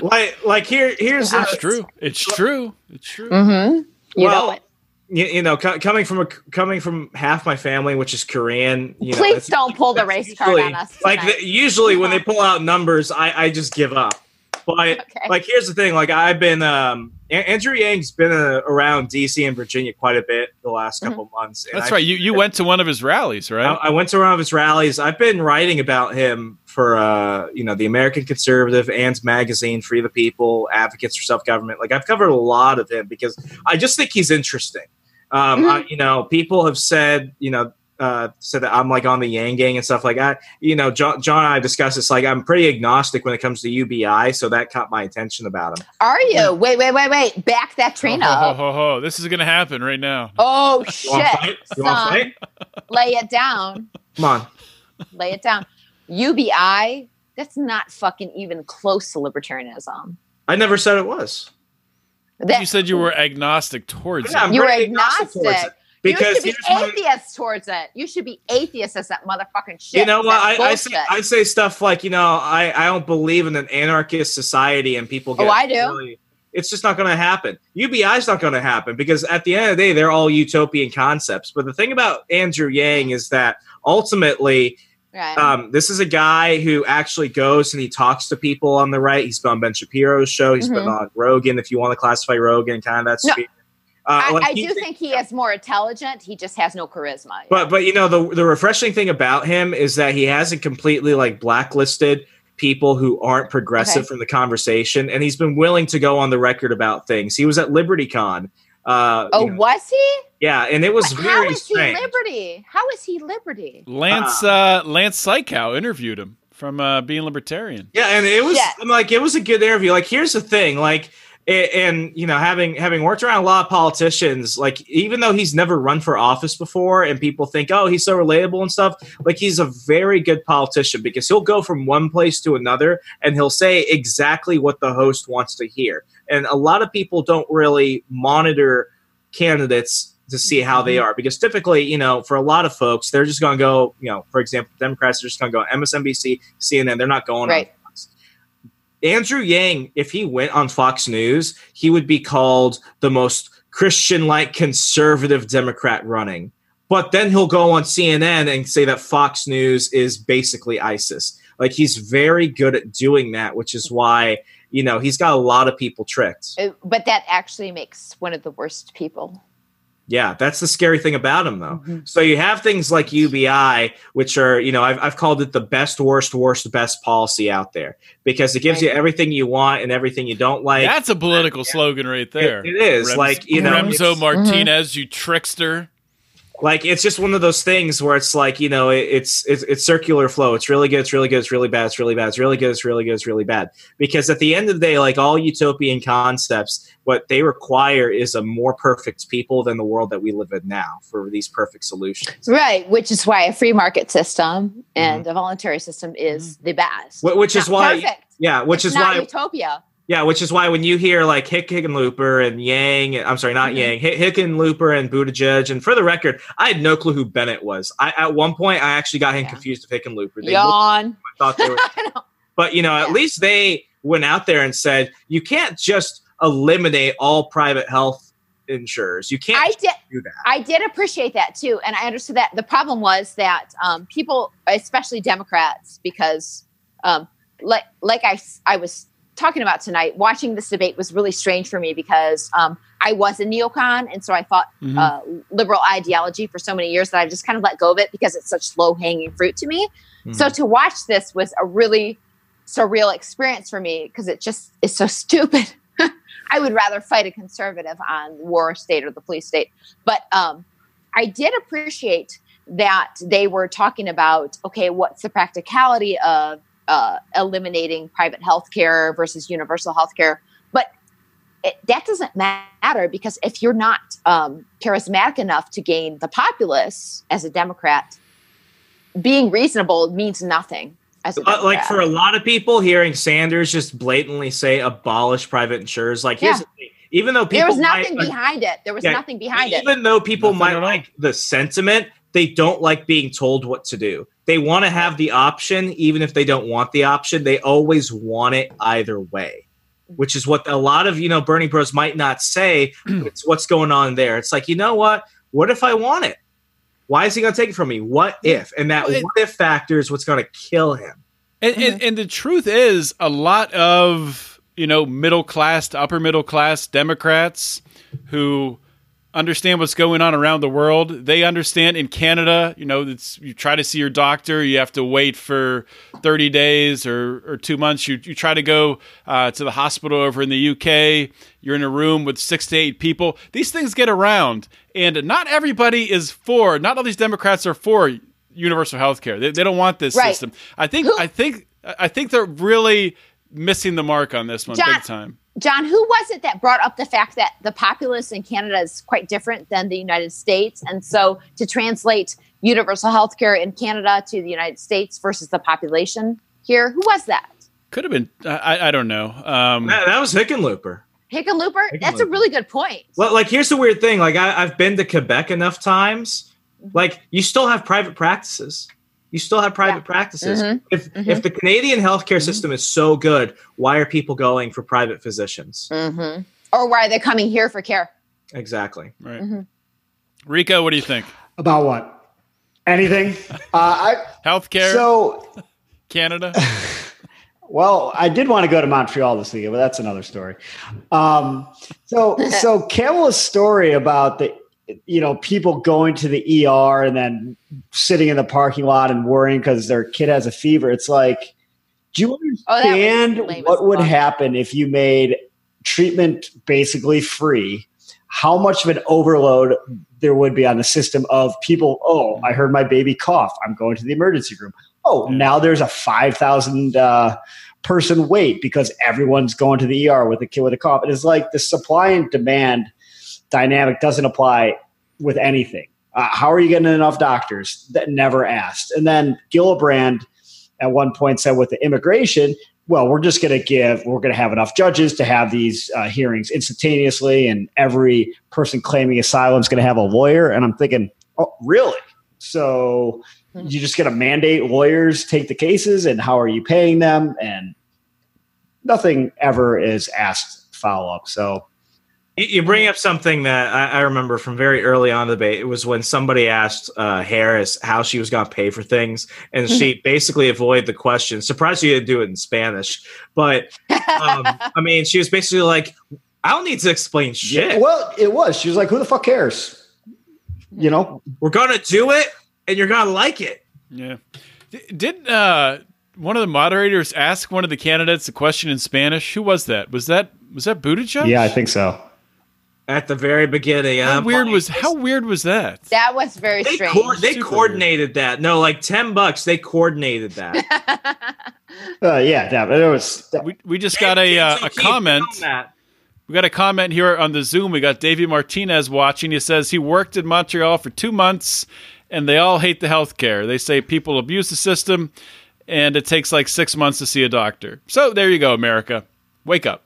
S4: like like here here's the-
S1: it's true. It's true. It's true.
S3: Mm. Mm-hmm. You
S4: Well,
S3: know it.
S4: you, you know co- coming from a coming from half my family which is korean you know,
S3: Please
S4: that's-
S3: don't pull the
S4: that's
S3: race card on
S4: usually-
S3: us.
S4: like
S3: tonight.
S4: the, usually when they pull out numbers i i just give up but
S3: Okay.
S4: like here's the thing like i've been um A- andrew yang's been uh, around dc and virginia quite a bit the last
S3: Mm-hmm.
S4: couple months and
S1: That's
S4: I-
S1: right. You you went to one of his rallies, right?
S4: I, I went to one of his rallies. I've been writing about him for uh, you know the American Conservative, Ann's Magazine, Free the People, Advocates for Self Government. Like I've covered a lot of him because I just think he's interesting. Um,
S3: Mhm.
S4: I- you know, people have said you know. Uh, said that I'm like on the Yang Gang and stuff like that. You know, John, John and I have discussed this. Like, I'm pretty agnostic when it comes to UBI, so that caught my attention about him.
S3: Are you? Wait, wait, wait, wait. Back that train
S1: Oh, Ho, ho,
S3: up.
S1: ho, ho, ho. This is gonna happen right now.
S3: Oh
S4: You want to fight?
S3: shit.
S4: You want
S3: son.
S4: to fight?
S3: Lay it down.
S4: Come on.
S3: Lay it down. UBI, that's not fucking even close to libertarianism.
S4: I never said it was.
S3: That,
S1: you said you were agnostic towards
S4: Yeah,
S1: it.
S4: I'm
S3: You were
S4: pretty towards
S3: agnostic.
S4: it. Because
S3: you should
S4: here's
S3: be
S4: my-
S3: atheist towards it. You should be atheist as that motherfucking shit.
S4: you know what?
S3: That's
S4: I, I, say,
S3: bullshit.
S4: I say stuff like, you know, I, I don't believe in an anarchist society and people get.
S3: Oh, I do.
S4: really- it's just not going to happen. UBI's not going to happen because at the end of the day, they're all utopian concepts. But the thing about Andrew Yang is that ultimately,
S3: right.
S4: um, this is a guy who actually goes and he talks to people on the right. He's been on Ben Shapiro's show. He's been on Rogan, if you want to classify Rogan, kind of that.
S3: Mm-hmm. No,
S4: sphere. Uh,
S3: I,
S4: like,
S3: I
S4: he
S3: do
S4: thinks-
S3: think he is more intelligent. He just has no charisma.
S4: But but you know the the refreshing thing about him is that he hasn't completely like blacklisted people who aren't progressive
S3: Okay.
S4: from the conversation, and he's been willing to go on the record about things. He was at LibertyCon. Uh,
S3: oh,
S4: you know,
S3: was he?
S4: yeah, and it was
S3: How
S4: very
S3: is
S4: strange.
S3: he liberty? How is he liberty?
S1: Lance uh, Lance Sykow interviewed him from uh, being libertarian.
S4: Yeah, and it was
S3: Yeah.
S4: I'm like it was a good interview. Like here's the thing, like a- and you know having having worked around a lot of politicians like even though he's never run for office before and people think oh he's so relatable and stuff like he's a very good politician because he'll go from one place to another and he'll say exactly what the host wants to hear and a lot of people don't really monitor candidates to see how they are because typically you know for a lot of folks they're just going to go you know for example democrats are just going to go msnbc cnn they're not going on
S3: Right.
S4: Andrew Yang, if he went on Fox News, he would be called the most Christian like conservative Democrat running. But then he'll go on CNN and say that Fox News is basically ISIS. Like he's very good at doing that, which is why, you know, he's got a lot of people tricked.
S3: Uh, But that actually makes one of the worst people.
S4: Yeah, that's the scary thing about him, though. So you have things like UBI, which are, you know, I've, I've called it the best, worst, worst, best policy out there because it gives
S3: Right.
S4: you everything you want and everything you don't like.
S1: That's a political slogan right there.
S4: It- it is
S1: Rems-
S4: like you know,
S1: Remzo
S4: it's,
S1: Martinez, you trickster.
S4: like it's just one of those things where it's like you know, it, it's it's it's circular flow. It's really good. It's really good. It's really bad. It's really bad. It's really good. It's really good. It's really bad. Because at the end of the day, like all utopian concepts, what they require is a more perfect people than the world that we live in now for these perfect solutions.
S3: Right, which is why a free market system and a voluntary system is the best.
S4: Mm-hmm. Wh- Which is
S3: Not
S4: why,
S3: perfect.
S4: yeah, which
S3: It's
S4: is
S3: not
S4: why,
S3: utopia.
S4: yeah, which is why when you hear like Hick Hickenlooper and Yang, I'm sorry, not
S3: Mhm.
S4: Yang, Hick, Hickenlooper and Buttigieg, and for the record, I had no clue who Bennett was. I at one point I actually got him
S3: Yeah.
S4: confused with Hickenlooper. They looked
S3: Yawn.
S4: thought they were. But you know, at
S3: Yeah.
S4: least they went out there and said you can't just eliminate all private health insurers. You can't
S3: I did.
S4: do that.
S3: I did appreciate that too, and I understood that. The problem was that um, people, especially Democrats, because um, like like I I was talking about tonight, watching this debate was really strange for me because um, I was a neocon, and so I fought
S1: Mhm.
S3: uh, liberal ideology for so many years that I've just kind of let go of it because it's such low hanging fruit to me. So to watch this was a really surreal experience for me because it just is so stupid. I would rather fight a conservative on war state or the police state. But um, I did appreciate that they were talking about okay, what's the practicality of uh, eliminating private health care versus universal health care? But it, that doesn't matter because if you're not um, charismatic enough to gain the populace as a Democrat, being reasonable means nothing. As a
S4: Uh, like
S3: Democrat.
S4: for a lot of people, hearing Sanders just blatantly say abolish private insurers, like
S3: Yeah.
S4: here's the thing, even though people
S3: there was
S4: might-
S3: nothing behind it. There was
S4: Yeah,
S3: nothing behind it.
S4: even though people
S1: Nothing
S4: might
S1: at all.
S4: like the sentiment, they don't like being told what to do. They want to have the option, even if they don't want the option. They always want it either way, which is what a lot of you know Bernie Bros might not say. but it's what's going on there. It's like you know what? What if I want it? Why is he going to take it from me? What if? And that
S1: Well, it-
S4: what if factor is what's going to kill him.
S1: And, and and the truth is, a lot of you know middle class to upper middle class Democrats who understand what's going on around the world. They understand in Canada, you know, it's you try to see your doctor, you have to wait for thirty days or, or two months. You you try to go uh, to the hospital over in the UK. You're in a room with six to eight people. These things get around, and not everybody is for. Not all these Democrats are for universal health care. They, they don't want this
S3: Right.
S1: system. I think
S3: Who-
S1: I think I think they're really missing the mark on this one
S3: John-
S1: big time.
S3: John, who was it that brought up the fact that the populace in Canada is quite different than the United States? And so to translate universal health care in Canada to the United States versus the population here, who was that?
S1: Could have been I, I- I don't know. Um,
S4: That, that was Hickenlooper.
S3: Hickenlooper? That's a
S4: Hickenlooper.
S3: really good point.
S4: Well, like here's the weird thing. Like I, I've been to Quebec enough times. Like you still have private practices. You still have private
S3: Yeah.
S4: practices.
S3: Mhm.
S4: If if
S3: Mhm.
S4: the Canadian healthcare system is so good, why are people going for private physicians?
S3: hmm Or why are they coming here for care?
S4: Exactly.
S1: right.
S3: Mhm.
S1: Rico, what do you think?
S2: About what? Anything? Uh, I,
S1: Healthcare,
S2: so
S1: Canada.
S2: Well, I did want to go to Montreal this weekend, but that's another story. Um, so, so Campbell's story about the, you know, people going to the ER and then sitting in the parking lot and worrying because their kid has a fever. It's like, do you
S3: Oh, that was
S2: understand
S3: lame as
S2: what would
S3: fuck.
S2: happen if you made treatment basically free? How much of an overload there would be on the system of people? Oh, I heard my baby cough. I'm going to the emergency room. Oh,
S1: Yeah.
S2: now there's a five thousand uh, person wait because everyone's going to the ER with a kid with a cough. It is like the supply and demand dynamic doesn't apply with anything. Uh, how are you getting enough doctors that never asked? And then Gillibrand at one point said with the immigration, well, we're just going to give, we're going to have enough judges to have these uh, hearings instantaneously, and every person claiming asylum is going to have a lawyer. And I'm thinking, oh, really? So
S3: Hmm.
S2: you're just going to mandate lawyers take the cases, and how are you paying them? And nothing ever is asked follow up. So
S4: You, you bring up something that I, I remember from very early on in the debate. It was when somebody asked uh, Harris how she was going to pay for things, and she basically avoided the question. Surprised you didn't do it in Spanish, but um, I mean, she was basically like, "I don't need to explain shit.
S2: Yeah, well, it was. She was like, who the fuck cares?
S3: Hmm.
S2: You know,
S4: We're gonna do it, and you're gonna like it."
S1: Yeah. D- Didn't uh, one of the moderators ask one of the candidates a question in Spanish? Who was that? Was that was that Buttigieg?
S2: yeah, I think so.
S4: At the very beginning, and
S1: How
S4: I'm
S1: weird
S4: like,
S1: was how weird was that?
S3: That was very
S4: they
S3: strange.
S4: co- they
S1: Super
S4: coordinated that? No, like ten bucks. They coordinated that.
S2: Uh, yeah, that, it was. that-
S1: We, we just got a uh,
S4: So
S1: a
S4: keep
S1: comment.
S4: on that.
S1: We got a comment here on the Zoom. We got Davey Martinez watching. He says he worked in Montreal for two months, and they all hate the healthcare. They say people abuse the system, and it takes like six months to see a doctor. So there you go, America. Wake up.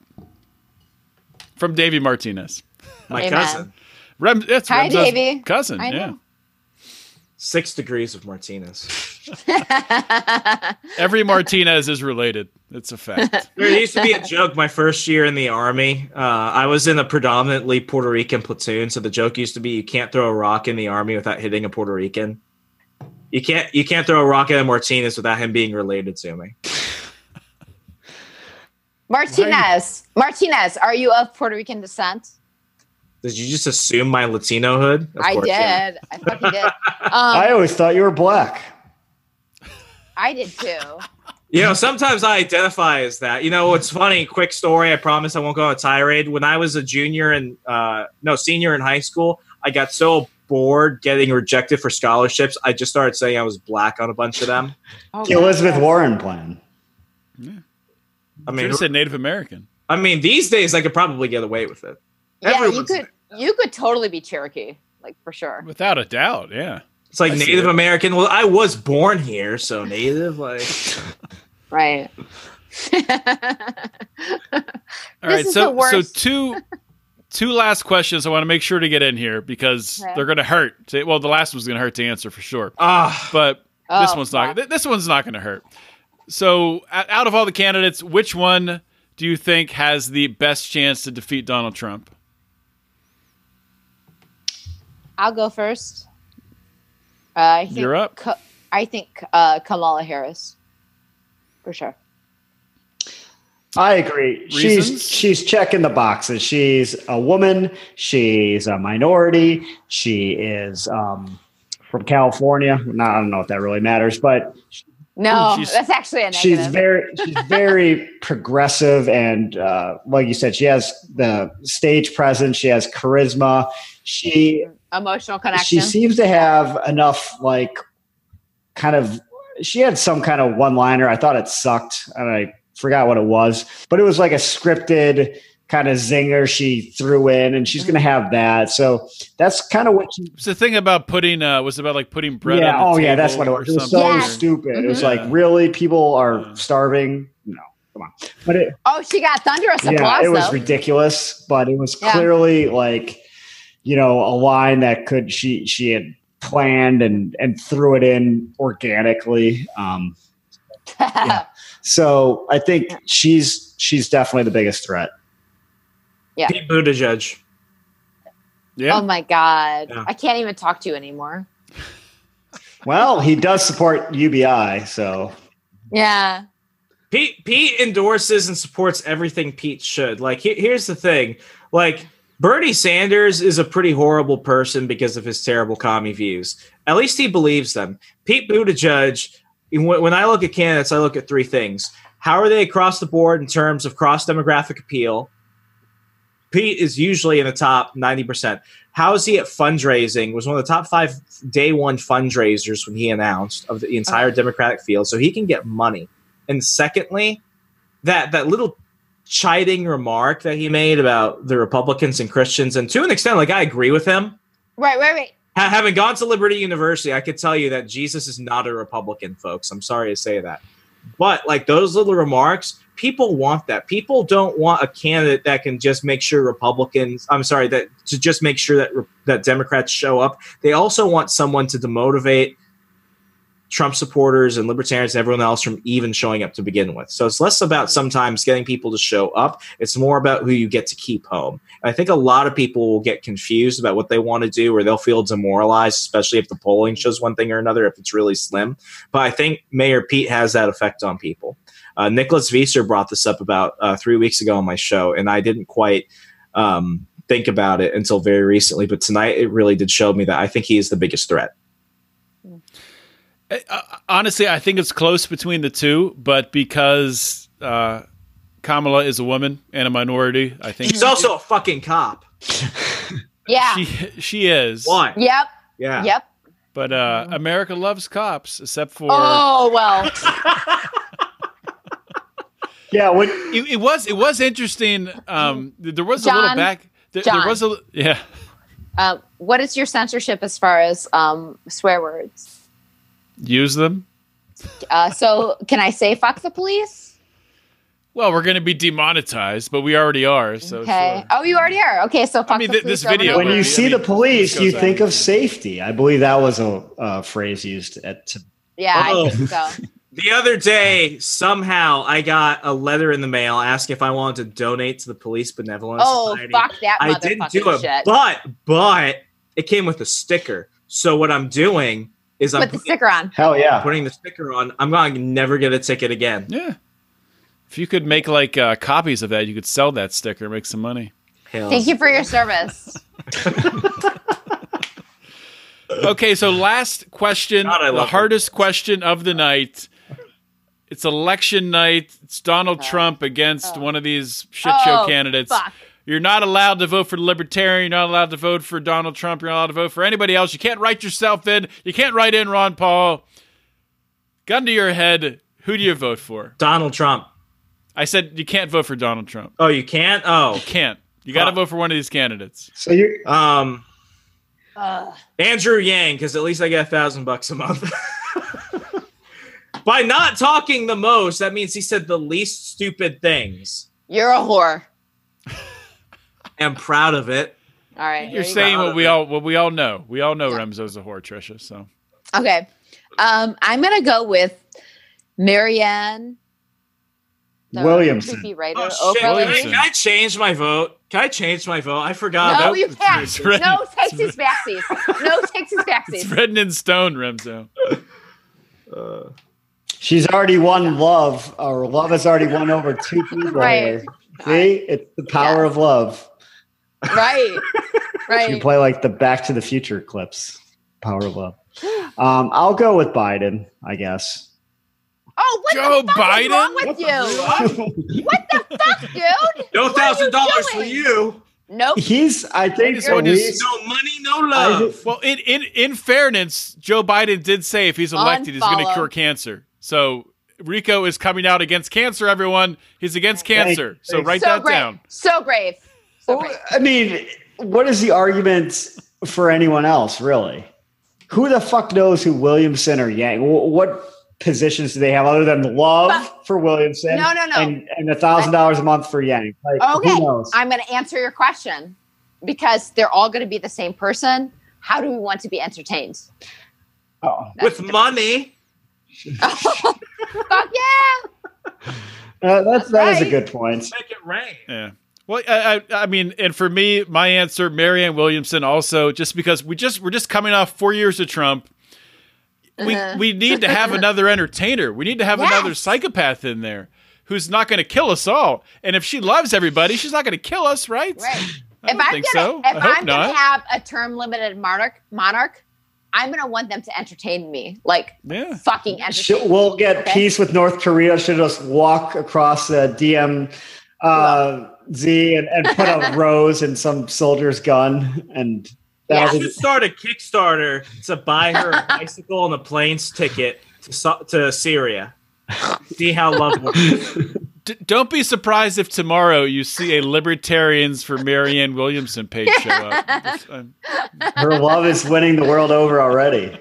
S1: From Davey Martinez.
S4: My
S3: Amen.
S4: cousin,
S1: Rem, that's
S3: Hi,
S1: Remzo's
S3: Davey.
S1: Cousin,
S3: I
S1: yeah.
S3: know.
S4: six degrees of Martinez.
S1: Every Martinez is related. It's a fact.
S4: There used to be a joke my first year in the army. Uh, I was in a predominantly Puerto Rican platoon, so the joke used to be you can't throw a rock in the army without hitting a Puerto Rican. You can't you can't throw a rock at a Martinez without him being related to me.
S3: Martinez, Martinez, are you of Puerto Rican descent?
S4: Did you just assume my Latino hood? Of
S3: I
S4: course,
S3: did.
S4: yeah.
S3: I fucking did. Um,
S2: I
S3: I,
S2: always thought you were black.
S3: did too. Oh,
S4: You know, sometimes I identify as that. You know, what's funny? Quick story. I promise I won't go on a tirade. When I was a junior and uh, no senior in high school, I got so bored getting rejected for scholarships. I just started saying I was black on a bunch of them.
S3: Oh,
S2: The Elizabeth
S3: goodness.
S2: Warren plan.
S4: I
S1: Should
S4: mean,
S1: have said Native American.
S4: I mean, these days I could probably get away with it.
S3: Yeah, you
S4: Everyone's-
S3: could you could totally be Cherokee, like for sure.
S1: Without a doubt, yeah.
S4: It's like
S1: I see
S4: Native
S1: it.
S4: American. Well, I was born here, so Native. Like,
S3: Right.
S1: All
S3: This
S1: right,
S3: is
S1: so so
S3: the worst.
S1: two two last questions I want to make sure to get in here because
S3: Okay.
S1: they're going to hurt. to- Well, the last one's going to hurt to answer for sure,
S4: ah,
S1: but this
S3: Oh,
S1: one's
S3: wow.
S1: not. th- This one's not going to hurt. So, o- out of all the candidates, which one do you think has the best chance to defeat Donald Trump?
S3: I'll go first. Uh, I think
S1: You're up.
S3: Ka- I think uh, Kamala Harris, for sure.
S2: I agree.
S1: Reasons?
S2: She's she's checking the boxes. She's a woman. She's a minority. She is um, from California. Now, I don't know if that really matters, but
S3: No,
S1: she's-
S3: that's actually a negative.
S2: she's very she's very progressive and uh, like you said, she has the stage presence. She has charisma. She
S3: emotional connection.
S2: she seems to have enough like kind of she had some kind of one liner i thought it sucked and i forgot what it was but it was like a scripted kind of zinger she threw in and she's gonna have that so that's kind of what she
S1: It's the thing about putting uh, was about like putting bread.
S2: yeah
S1: on
S2: oh
S1: the
S2: yeah
S1: table
S2: that's what it was
S1: or
S2: it was so
S1: something.
S3: Yeah.
S2: stupid it was
S1: Mhm.
S2: like really people are
S1: Yeah.
S2: starving no come on but it,
S3: oh, she got thunderous
S2: yeah,
S3: applause
S2: it was
S3: though.
S2: ridiculous, but it was
S3: Yeah.
S2: clearly like you know a line that could she she had planned and and threw it in organically. Um, yeah. so I think she's she's definitely the biggest threat.
S4: Pete Buttigieg.
S1: Yeah.
S3: Oh my god,
S4: Yeah.
S3: I can't even talk to you anymore.
S2: Well, he does support UBI, so
S3: Yeah,
S4: Pete Pete endorses and supports everything Pete should. Like he- here's the thing. Like Bernie Sanders is a pretty horrible person because of his terrible commie views. At least he believes them. Pete Buttigieg when when I look at candidates, I look at three things. How are they across the board in terms of cross demographic appeal? Pete is usually in the top 90%. How is he at fundraising? Was one of the top five day one fundraisers when he announced of the entire Democratic field. So he can get money. And secondly, that that little chiding remark that he made about the Republicans and Christians, and to an extent, like I agree with him.
S3: right, right, right.
S4: Ha- having gone to Liberty University, I could tell you that Jesus is not a Republican, folks. I'm sorry to say that. But like those little remarks, people want that. People don't want a candidate that can just make sure Republicans, I'm sorry, that to just make sure that re- that Democrats show up. They also want someone to demotivate Trump supporters and libertarians and everyone else from even showing up to begin with. So it's less about sometimes getting people to show up. It's more about who you get to keep home. I think a lot of people will get confused about what they want to do or they'll feel demoralized, especially if the polling shows one thing or another, if it's really slim. But I think Mayor Pete has that effect on people. Uh, Nicholas Visser brought this up about uh, three weeks ago on my show, and I didn't quite um, think about it until very recently. But tonight it really did show me that I think he is the biggest threat.
S1: Uh, honestly, I think it's close between the two, but because uh, Kamala is a woman and a minority, I think
S4: He's also a fucking cop.
S3: Yeah,
S1: she she is.
S4: Why?
S3: yep,
S4: Yeah.
S3: yep.
S1: But uh, America loves cops, except for
S3: Oh well,
S2: yeah. What
S1: it, it was it was interesting. Um, th- there was a little
S3: John.
S1: back. There, there
S3: John.
S1: was a yeah.
S3: uh, what is your censorship as far as um, swear words?
S1: Use them.
S3: Uh, so, can I say "fuck the police"?
S1: Well, we're going to be demonetized, but we already are. So
S3: Okay.
S1: sure.
S3: Oh, you already are. Okay, so fuck
S1: mean,
S3: the
S1: th-
S3: police
S1: this
S3: over and
S1: video
S3: over.
S2: when
S1: I
S2: you
S1: mean,
S2: see the police,
S1: this
S2: you
S1: goes
S2: think
S1: on.
S2: of safety. I believe that was a, a phrase used at. To,
S3: Yeah,
S4: Oh.
S3: I think so.
S4: The other day, somehow I got a letter in the mail asking if I wanted to donate to the Police Benevolence
S3: Oh,
S4: Society.
S3: fuck that
S4: I
S3: motherfucking
S4: didn't do it,
S3: shit.
S4: but but it came with a sticker. So what I'm doing is I'm
S3: Put the
S4: putting,
S3: sticker on.
S2: hell yeah.
S4: putting the sticker on. I'm going to never get a ticket again.
S1: Yeah. If you could make like uh, copies of that, you could sell that sticker, make some money.
S4: Hell.
S3: Thank you for your service.
S1: Okay, so last question,
S4: God, I love
S1: the
S4: them.
S1: hardest question of the night. It's election night. It's Donald Trump against one of these shit show
S3: Uh-huh. Oh,
S1: candidates.
S3: fuck.
S1: You're not allowed to vote for the Libertarian. You're not allowed to vote for Donald Trump. You're not allowed to vote for anybody else. You can't write yourself in. You can't write in Ron Paul. Gun to your head. Who do you vote for?
S4: Donald Trump.
S1: I said you can't vote for Donald Trump.
S4: Oh, you can't? Oh.
S1: Can't. You got to
S4: Fuck.
S1: vote for one of these candidates.
S2: So you
S4: Um,
S3: Ugh.
S4: Andrew Yang, because at least I get a thousand bucks a month. By not talking the most, that means he said the least stupid things.
S3: You're a whore.
S4: I'm proud of it.
S3: All right.
S1: You're
S3: here you go.
S1: saying
S4: go.
S1: what we all what we all know. We all know
S3: Yeah.
S1: Remzo's a whore, Trisha. So
S3: Okay. Um, I'm going to go with Marianne the
S2: Williamson.
S3: Creepy writer.
S4: Oh, shit. Can I,
S3: Overly.
S1: Williamson.
S4: can I change my vote? Can I change my vote? I forgot.
S3: No,
S4: That-
S3: you can't.
S1: it's written-
S3: No Texas backsies. No Texas
S1: it's
S3: backsies.
S1: written in stone, Remzo.
S2: she's already won love, or love has already won over two people.
S3: Right.
S2: See, it's the power of love.
S3: Right.
S2: You
S3: Right.
S2: play like the Back to the Future clips. Power of love. Um, I'll go with Biden, I guess.
S3: Oh, what
S1: Joe
S3: the fuck is
S1: Biden?
S3: wrong with you? What the fuck, dude?
S4: no thousand dollars for
S3: doing?
S4: you.
S3: Nope.
S2: He's, I think,
S1: This
S2: at
S1: one is
S2: least-
S4: No money, no love.
S1: Well, in, in in fairness, Joe Biden did say if he's elected, he's going to
S3: Unfollow.
S1: cure cancer. So Rico is coming out against cancer. Everyone, he's against cancer. So
S2: Thank-
S1: write
S3: so
S1: that
S3: brave.
S1: down.
S3: So brave. So brave.
S2: I mean, what is the argument for anyone else, really? Who the fuck knows who Williamson or Yang? wh- What positions do they have other than love
S3: But-
S2: for Williamson?
S3: No, no, no.
S2: And and a thousand dollars a month for Yang. Like,
S3: Okay,
S2: Who knows?
S3: I'm going to answer your question because they're all going to be the same person. How do we want to be entertained?
S2: Oh.
S3: That's
S4: With
S3: the-
S4: money.
S3: Fuck yeah!
S2: Uh, that's that is a
S3: Right.
S2: good point.
S4: Make it rain.
S1: Yeah. Well, I, I I mean, and for me, my answer, Marianne Williamson, also just because we just we're just coming off four years of Trump. We
S3: Uh-huh.
S1: we need to have another entertainer. We need to have another
S3: Yes.
S1: psychopath in there who's not going to kill us all. And if she loves everybody, she's not going to kill us, right?
S3: Right.
S1: I
S3: If
S1: don't
S3: I'm
S1: think
S3: gonna,
S1: so.
S3: if
S1: I hope
S3: I'm gonna
S1: not.
S3: have a term limited monarch, monarch, I'm gonna want them to entertain me, like
S1: Yeah.
S3: fucking
S2: Sh-
S3: entertain.
S2: We'll get
S3: Okay.
S2: peace with North Korea. Should just walk across the DM uh, Z and, and put a rose in some soldier's gun, and
S4: I
S2: that
S4: should start a Kickstarter to buy her a bicycle and a plane's ticket to, Sy- to Syria. See how lovable.
S1: D- don't be surprised if tomorrow you see a Libertarians for Marianne Williamson page show up. Just, um,
S2: her love is winning the world over already.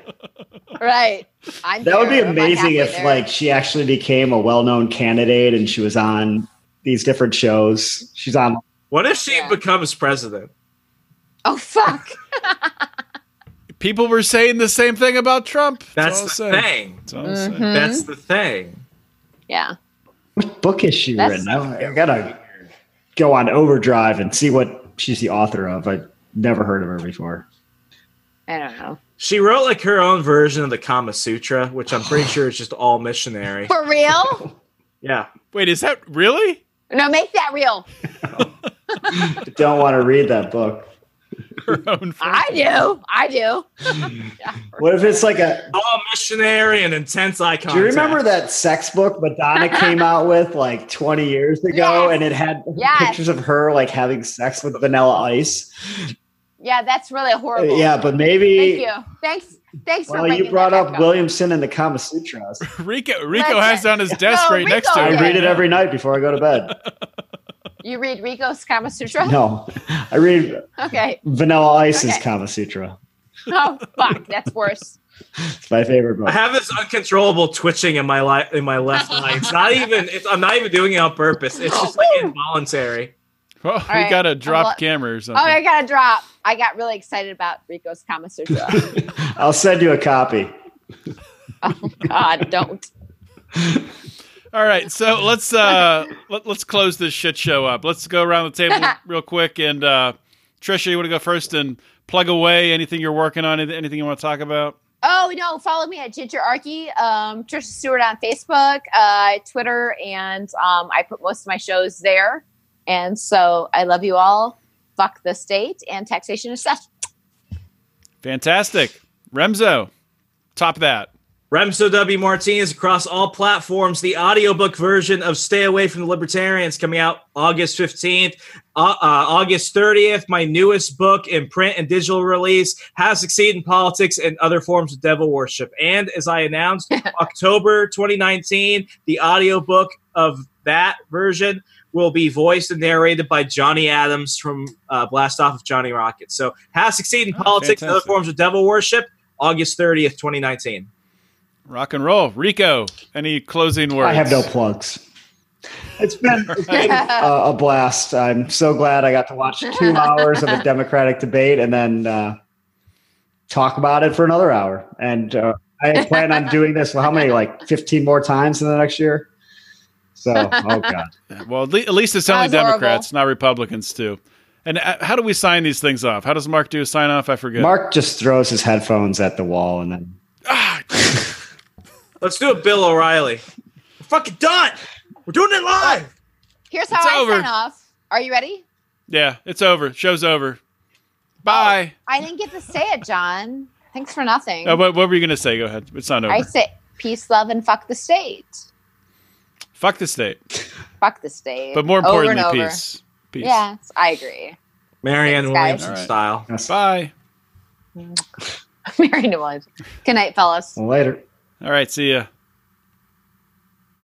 S3: Right. I'm
S2: That would be
S3: there. I'm
S2: amazing
S3: halfway
S2: if
S3: there.
S2: like she actually became a well-known candidate and she was on these different shows. She's on
S4: What if she
S3: Yeah.
S4: becomes president?
S3: oh fuck.
S1: people were saying the same thing about Trump.
S4: That's
S1: all
S4: the
S1: I'll say.
S4: thing.
S1: That's all I'll say.
S3: Mhm.
S4: That's the thing.
S3: Yeah.
S2: what book is she
S3: That's-
S2: written? I, I gotta go on overdrive and see what she's the author of. I never heard of her before.
S3: I don't know.
S4: She wrote like her own version of the Kama Sutra, which I'm pretty sure is just all missionary.
S3: For real?
S4: Yeah.
S1: Wait, is that really?
S3: no, make that real.
S2: Don't want to read that book.
S1: Her own friend.
S3: I do. I do.
S2: What if it's like a?
S4: All missionary and intense icon.
S2: Do you remember that sex book Madonna came out with like 20 years ago,
S3: Yes.
S2: and it had
S3: Yes.
S2: pictures of her like having sex with Vanilla Ice?
S3: Yeah, that's really
S2: Uh,
S3: horrible.
S2: Yeah, but maybe.
S3: Thank you. Thanks. Thanks for
S2: Well,
S3: bringing
S2: you brought
S3: that
S2: up
S3: back
S2: Williamson and the Kama Sutras.
S1: Rico Rico
S3: Listen.
S1: has it on his desk
S3: No,
S1: right next to
S3: Rico
S2: I
S1: him.
S3: did.
S2: read it every night before I go to bed.
S3: You read Rico's Kama Sutra?
S2: No, I read
S3: Okay.
S2: Vanilla Ice's
S3: Okay.
S2: Kama Sutra.
S3: Oh fuck, that's worse.
S2: It's my favorite book.
S4: I have this uncontrollable twitching in my li- in my left eye. It's not even. It's, I'm not even doing it on purpose. It's just like involuntary.
S1: Well, Oh, we
S3: right.
S1: got to drop
S3: Well-
S1: camera or
S3: Oh,
S1: something.
S3: I got to drop. I got really excited about Rico's Kama Sutra.
S2: I'll send you a copy.
S3: oh God, don't.
S1: All right, so let's uh let, let's close this shit show up. Let's go around the table real quick and uh Trisha, you want to go first and plug away anything you're working on, anything you want to talk about?
S3: Oh no! Follow me at Ginger Archie, um, Trisha Stewart on Facebook, uh, Twitter, and um, I put most of my shows there. And so I love you all. Fuck the state and taxation is such.
S1: Fantastic. Remzo, top that.
S4: Remso W. Martinez across all platforms. The audiobook version of Stay Away from the Libertarians coming out August 15th. Uh, uh, August 30th, my newest book in print and digital release, How to Succeed in Politics and Other Forms of Devil Worship. And as I announced, October 2019, the audiobook of that version will be voiced and narrated by Johnny Adams from uh, Blast Off of Johnny Rocket. So, How to Succeed in
S1: Oh,
S4: Politics and Other
S1: fantastic.
S4: Forms of Devil Worship, August 30th, 2019.
S1: Rock and roll. Rico, any closing words?
S2: I have no plugs. It's been, it's been uh, a, a blast. I'm so glad I got to watch two hours of a Democratic debate and then uh, talk about it for another hour. And uh, I plan on doing this. How many? Like 15 more times in the next year. So, oh god.
S1: Well, at le- at least it's only
S3: That was horrible.
S1: Democrats, not Republicans, too. And uh, how do we sign these things off? How does Mark do a sign off? I forget.
S2: Mark just throws his headphones at the wall and then.
S1: Ah,
S4: Let's do a Bill O'Reilly. We're fucking done. We're doing it live.
S3: Here's how
S1: It's
S3: I
S1: over.
S3: sign off. Are you ready?
S1: yeah, it's over. Show's over. Bye.
S3: I didn't get to say it, John. Thanks for nothing.
S1: Uh, what, what were you going to say? Go ahead. It's not over.
S3: I say peace, love, and fuck the state.
S1: Fuck the state.
S3: Fuck the state.
S1: But more
S3: Over and
S1: importantly,
S3: over.
S1: peace. Peace.
S3: Yes, I agree.
S4: Marianne
S3: Thanks, guys.
S4: Williamson
S1: All right.
S4: style.
S1: Bye.
S3: Mary New Good night, fellas.
S2: Later.
S1: All right. See ya.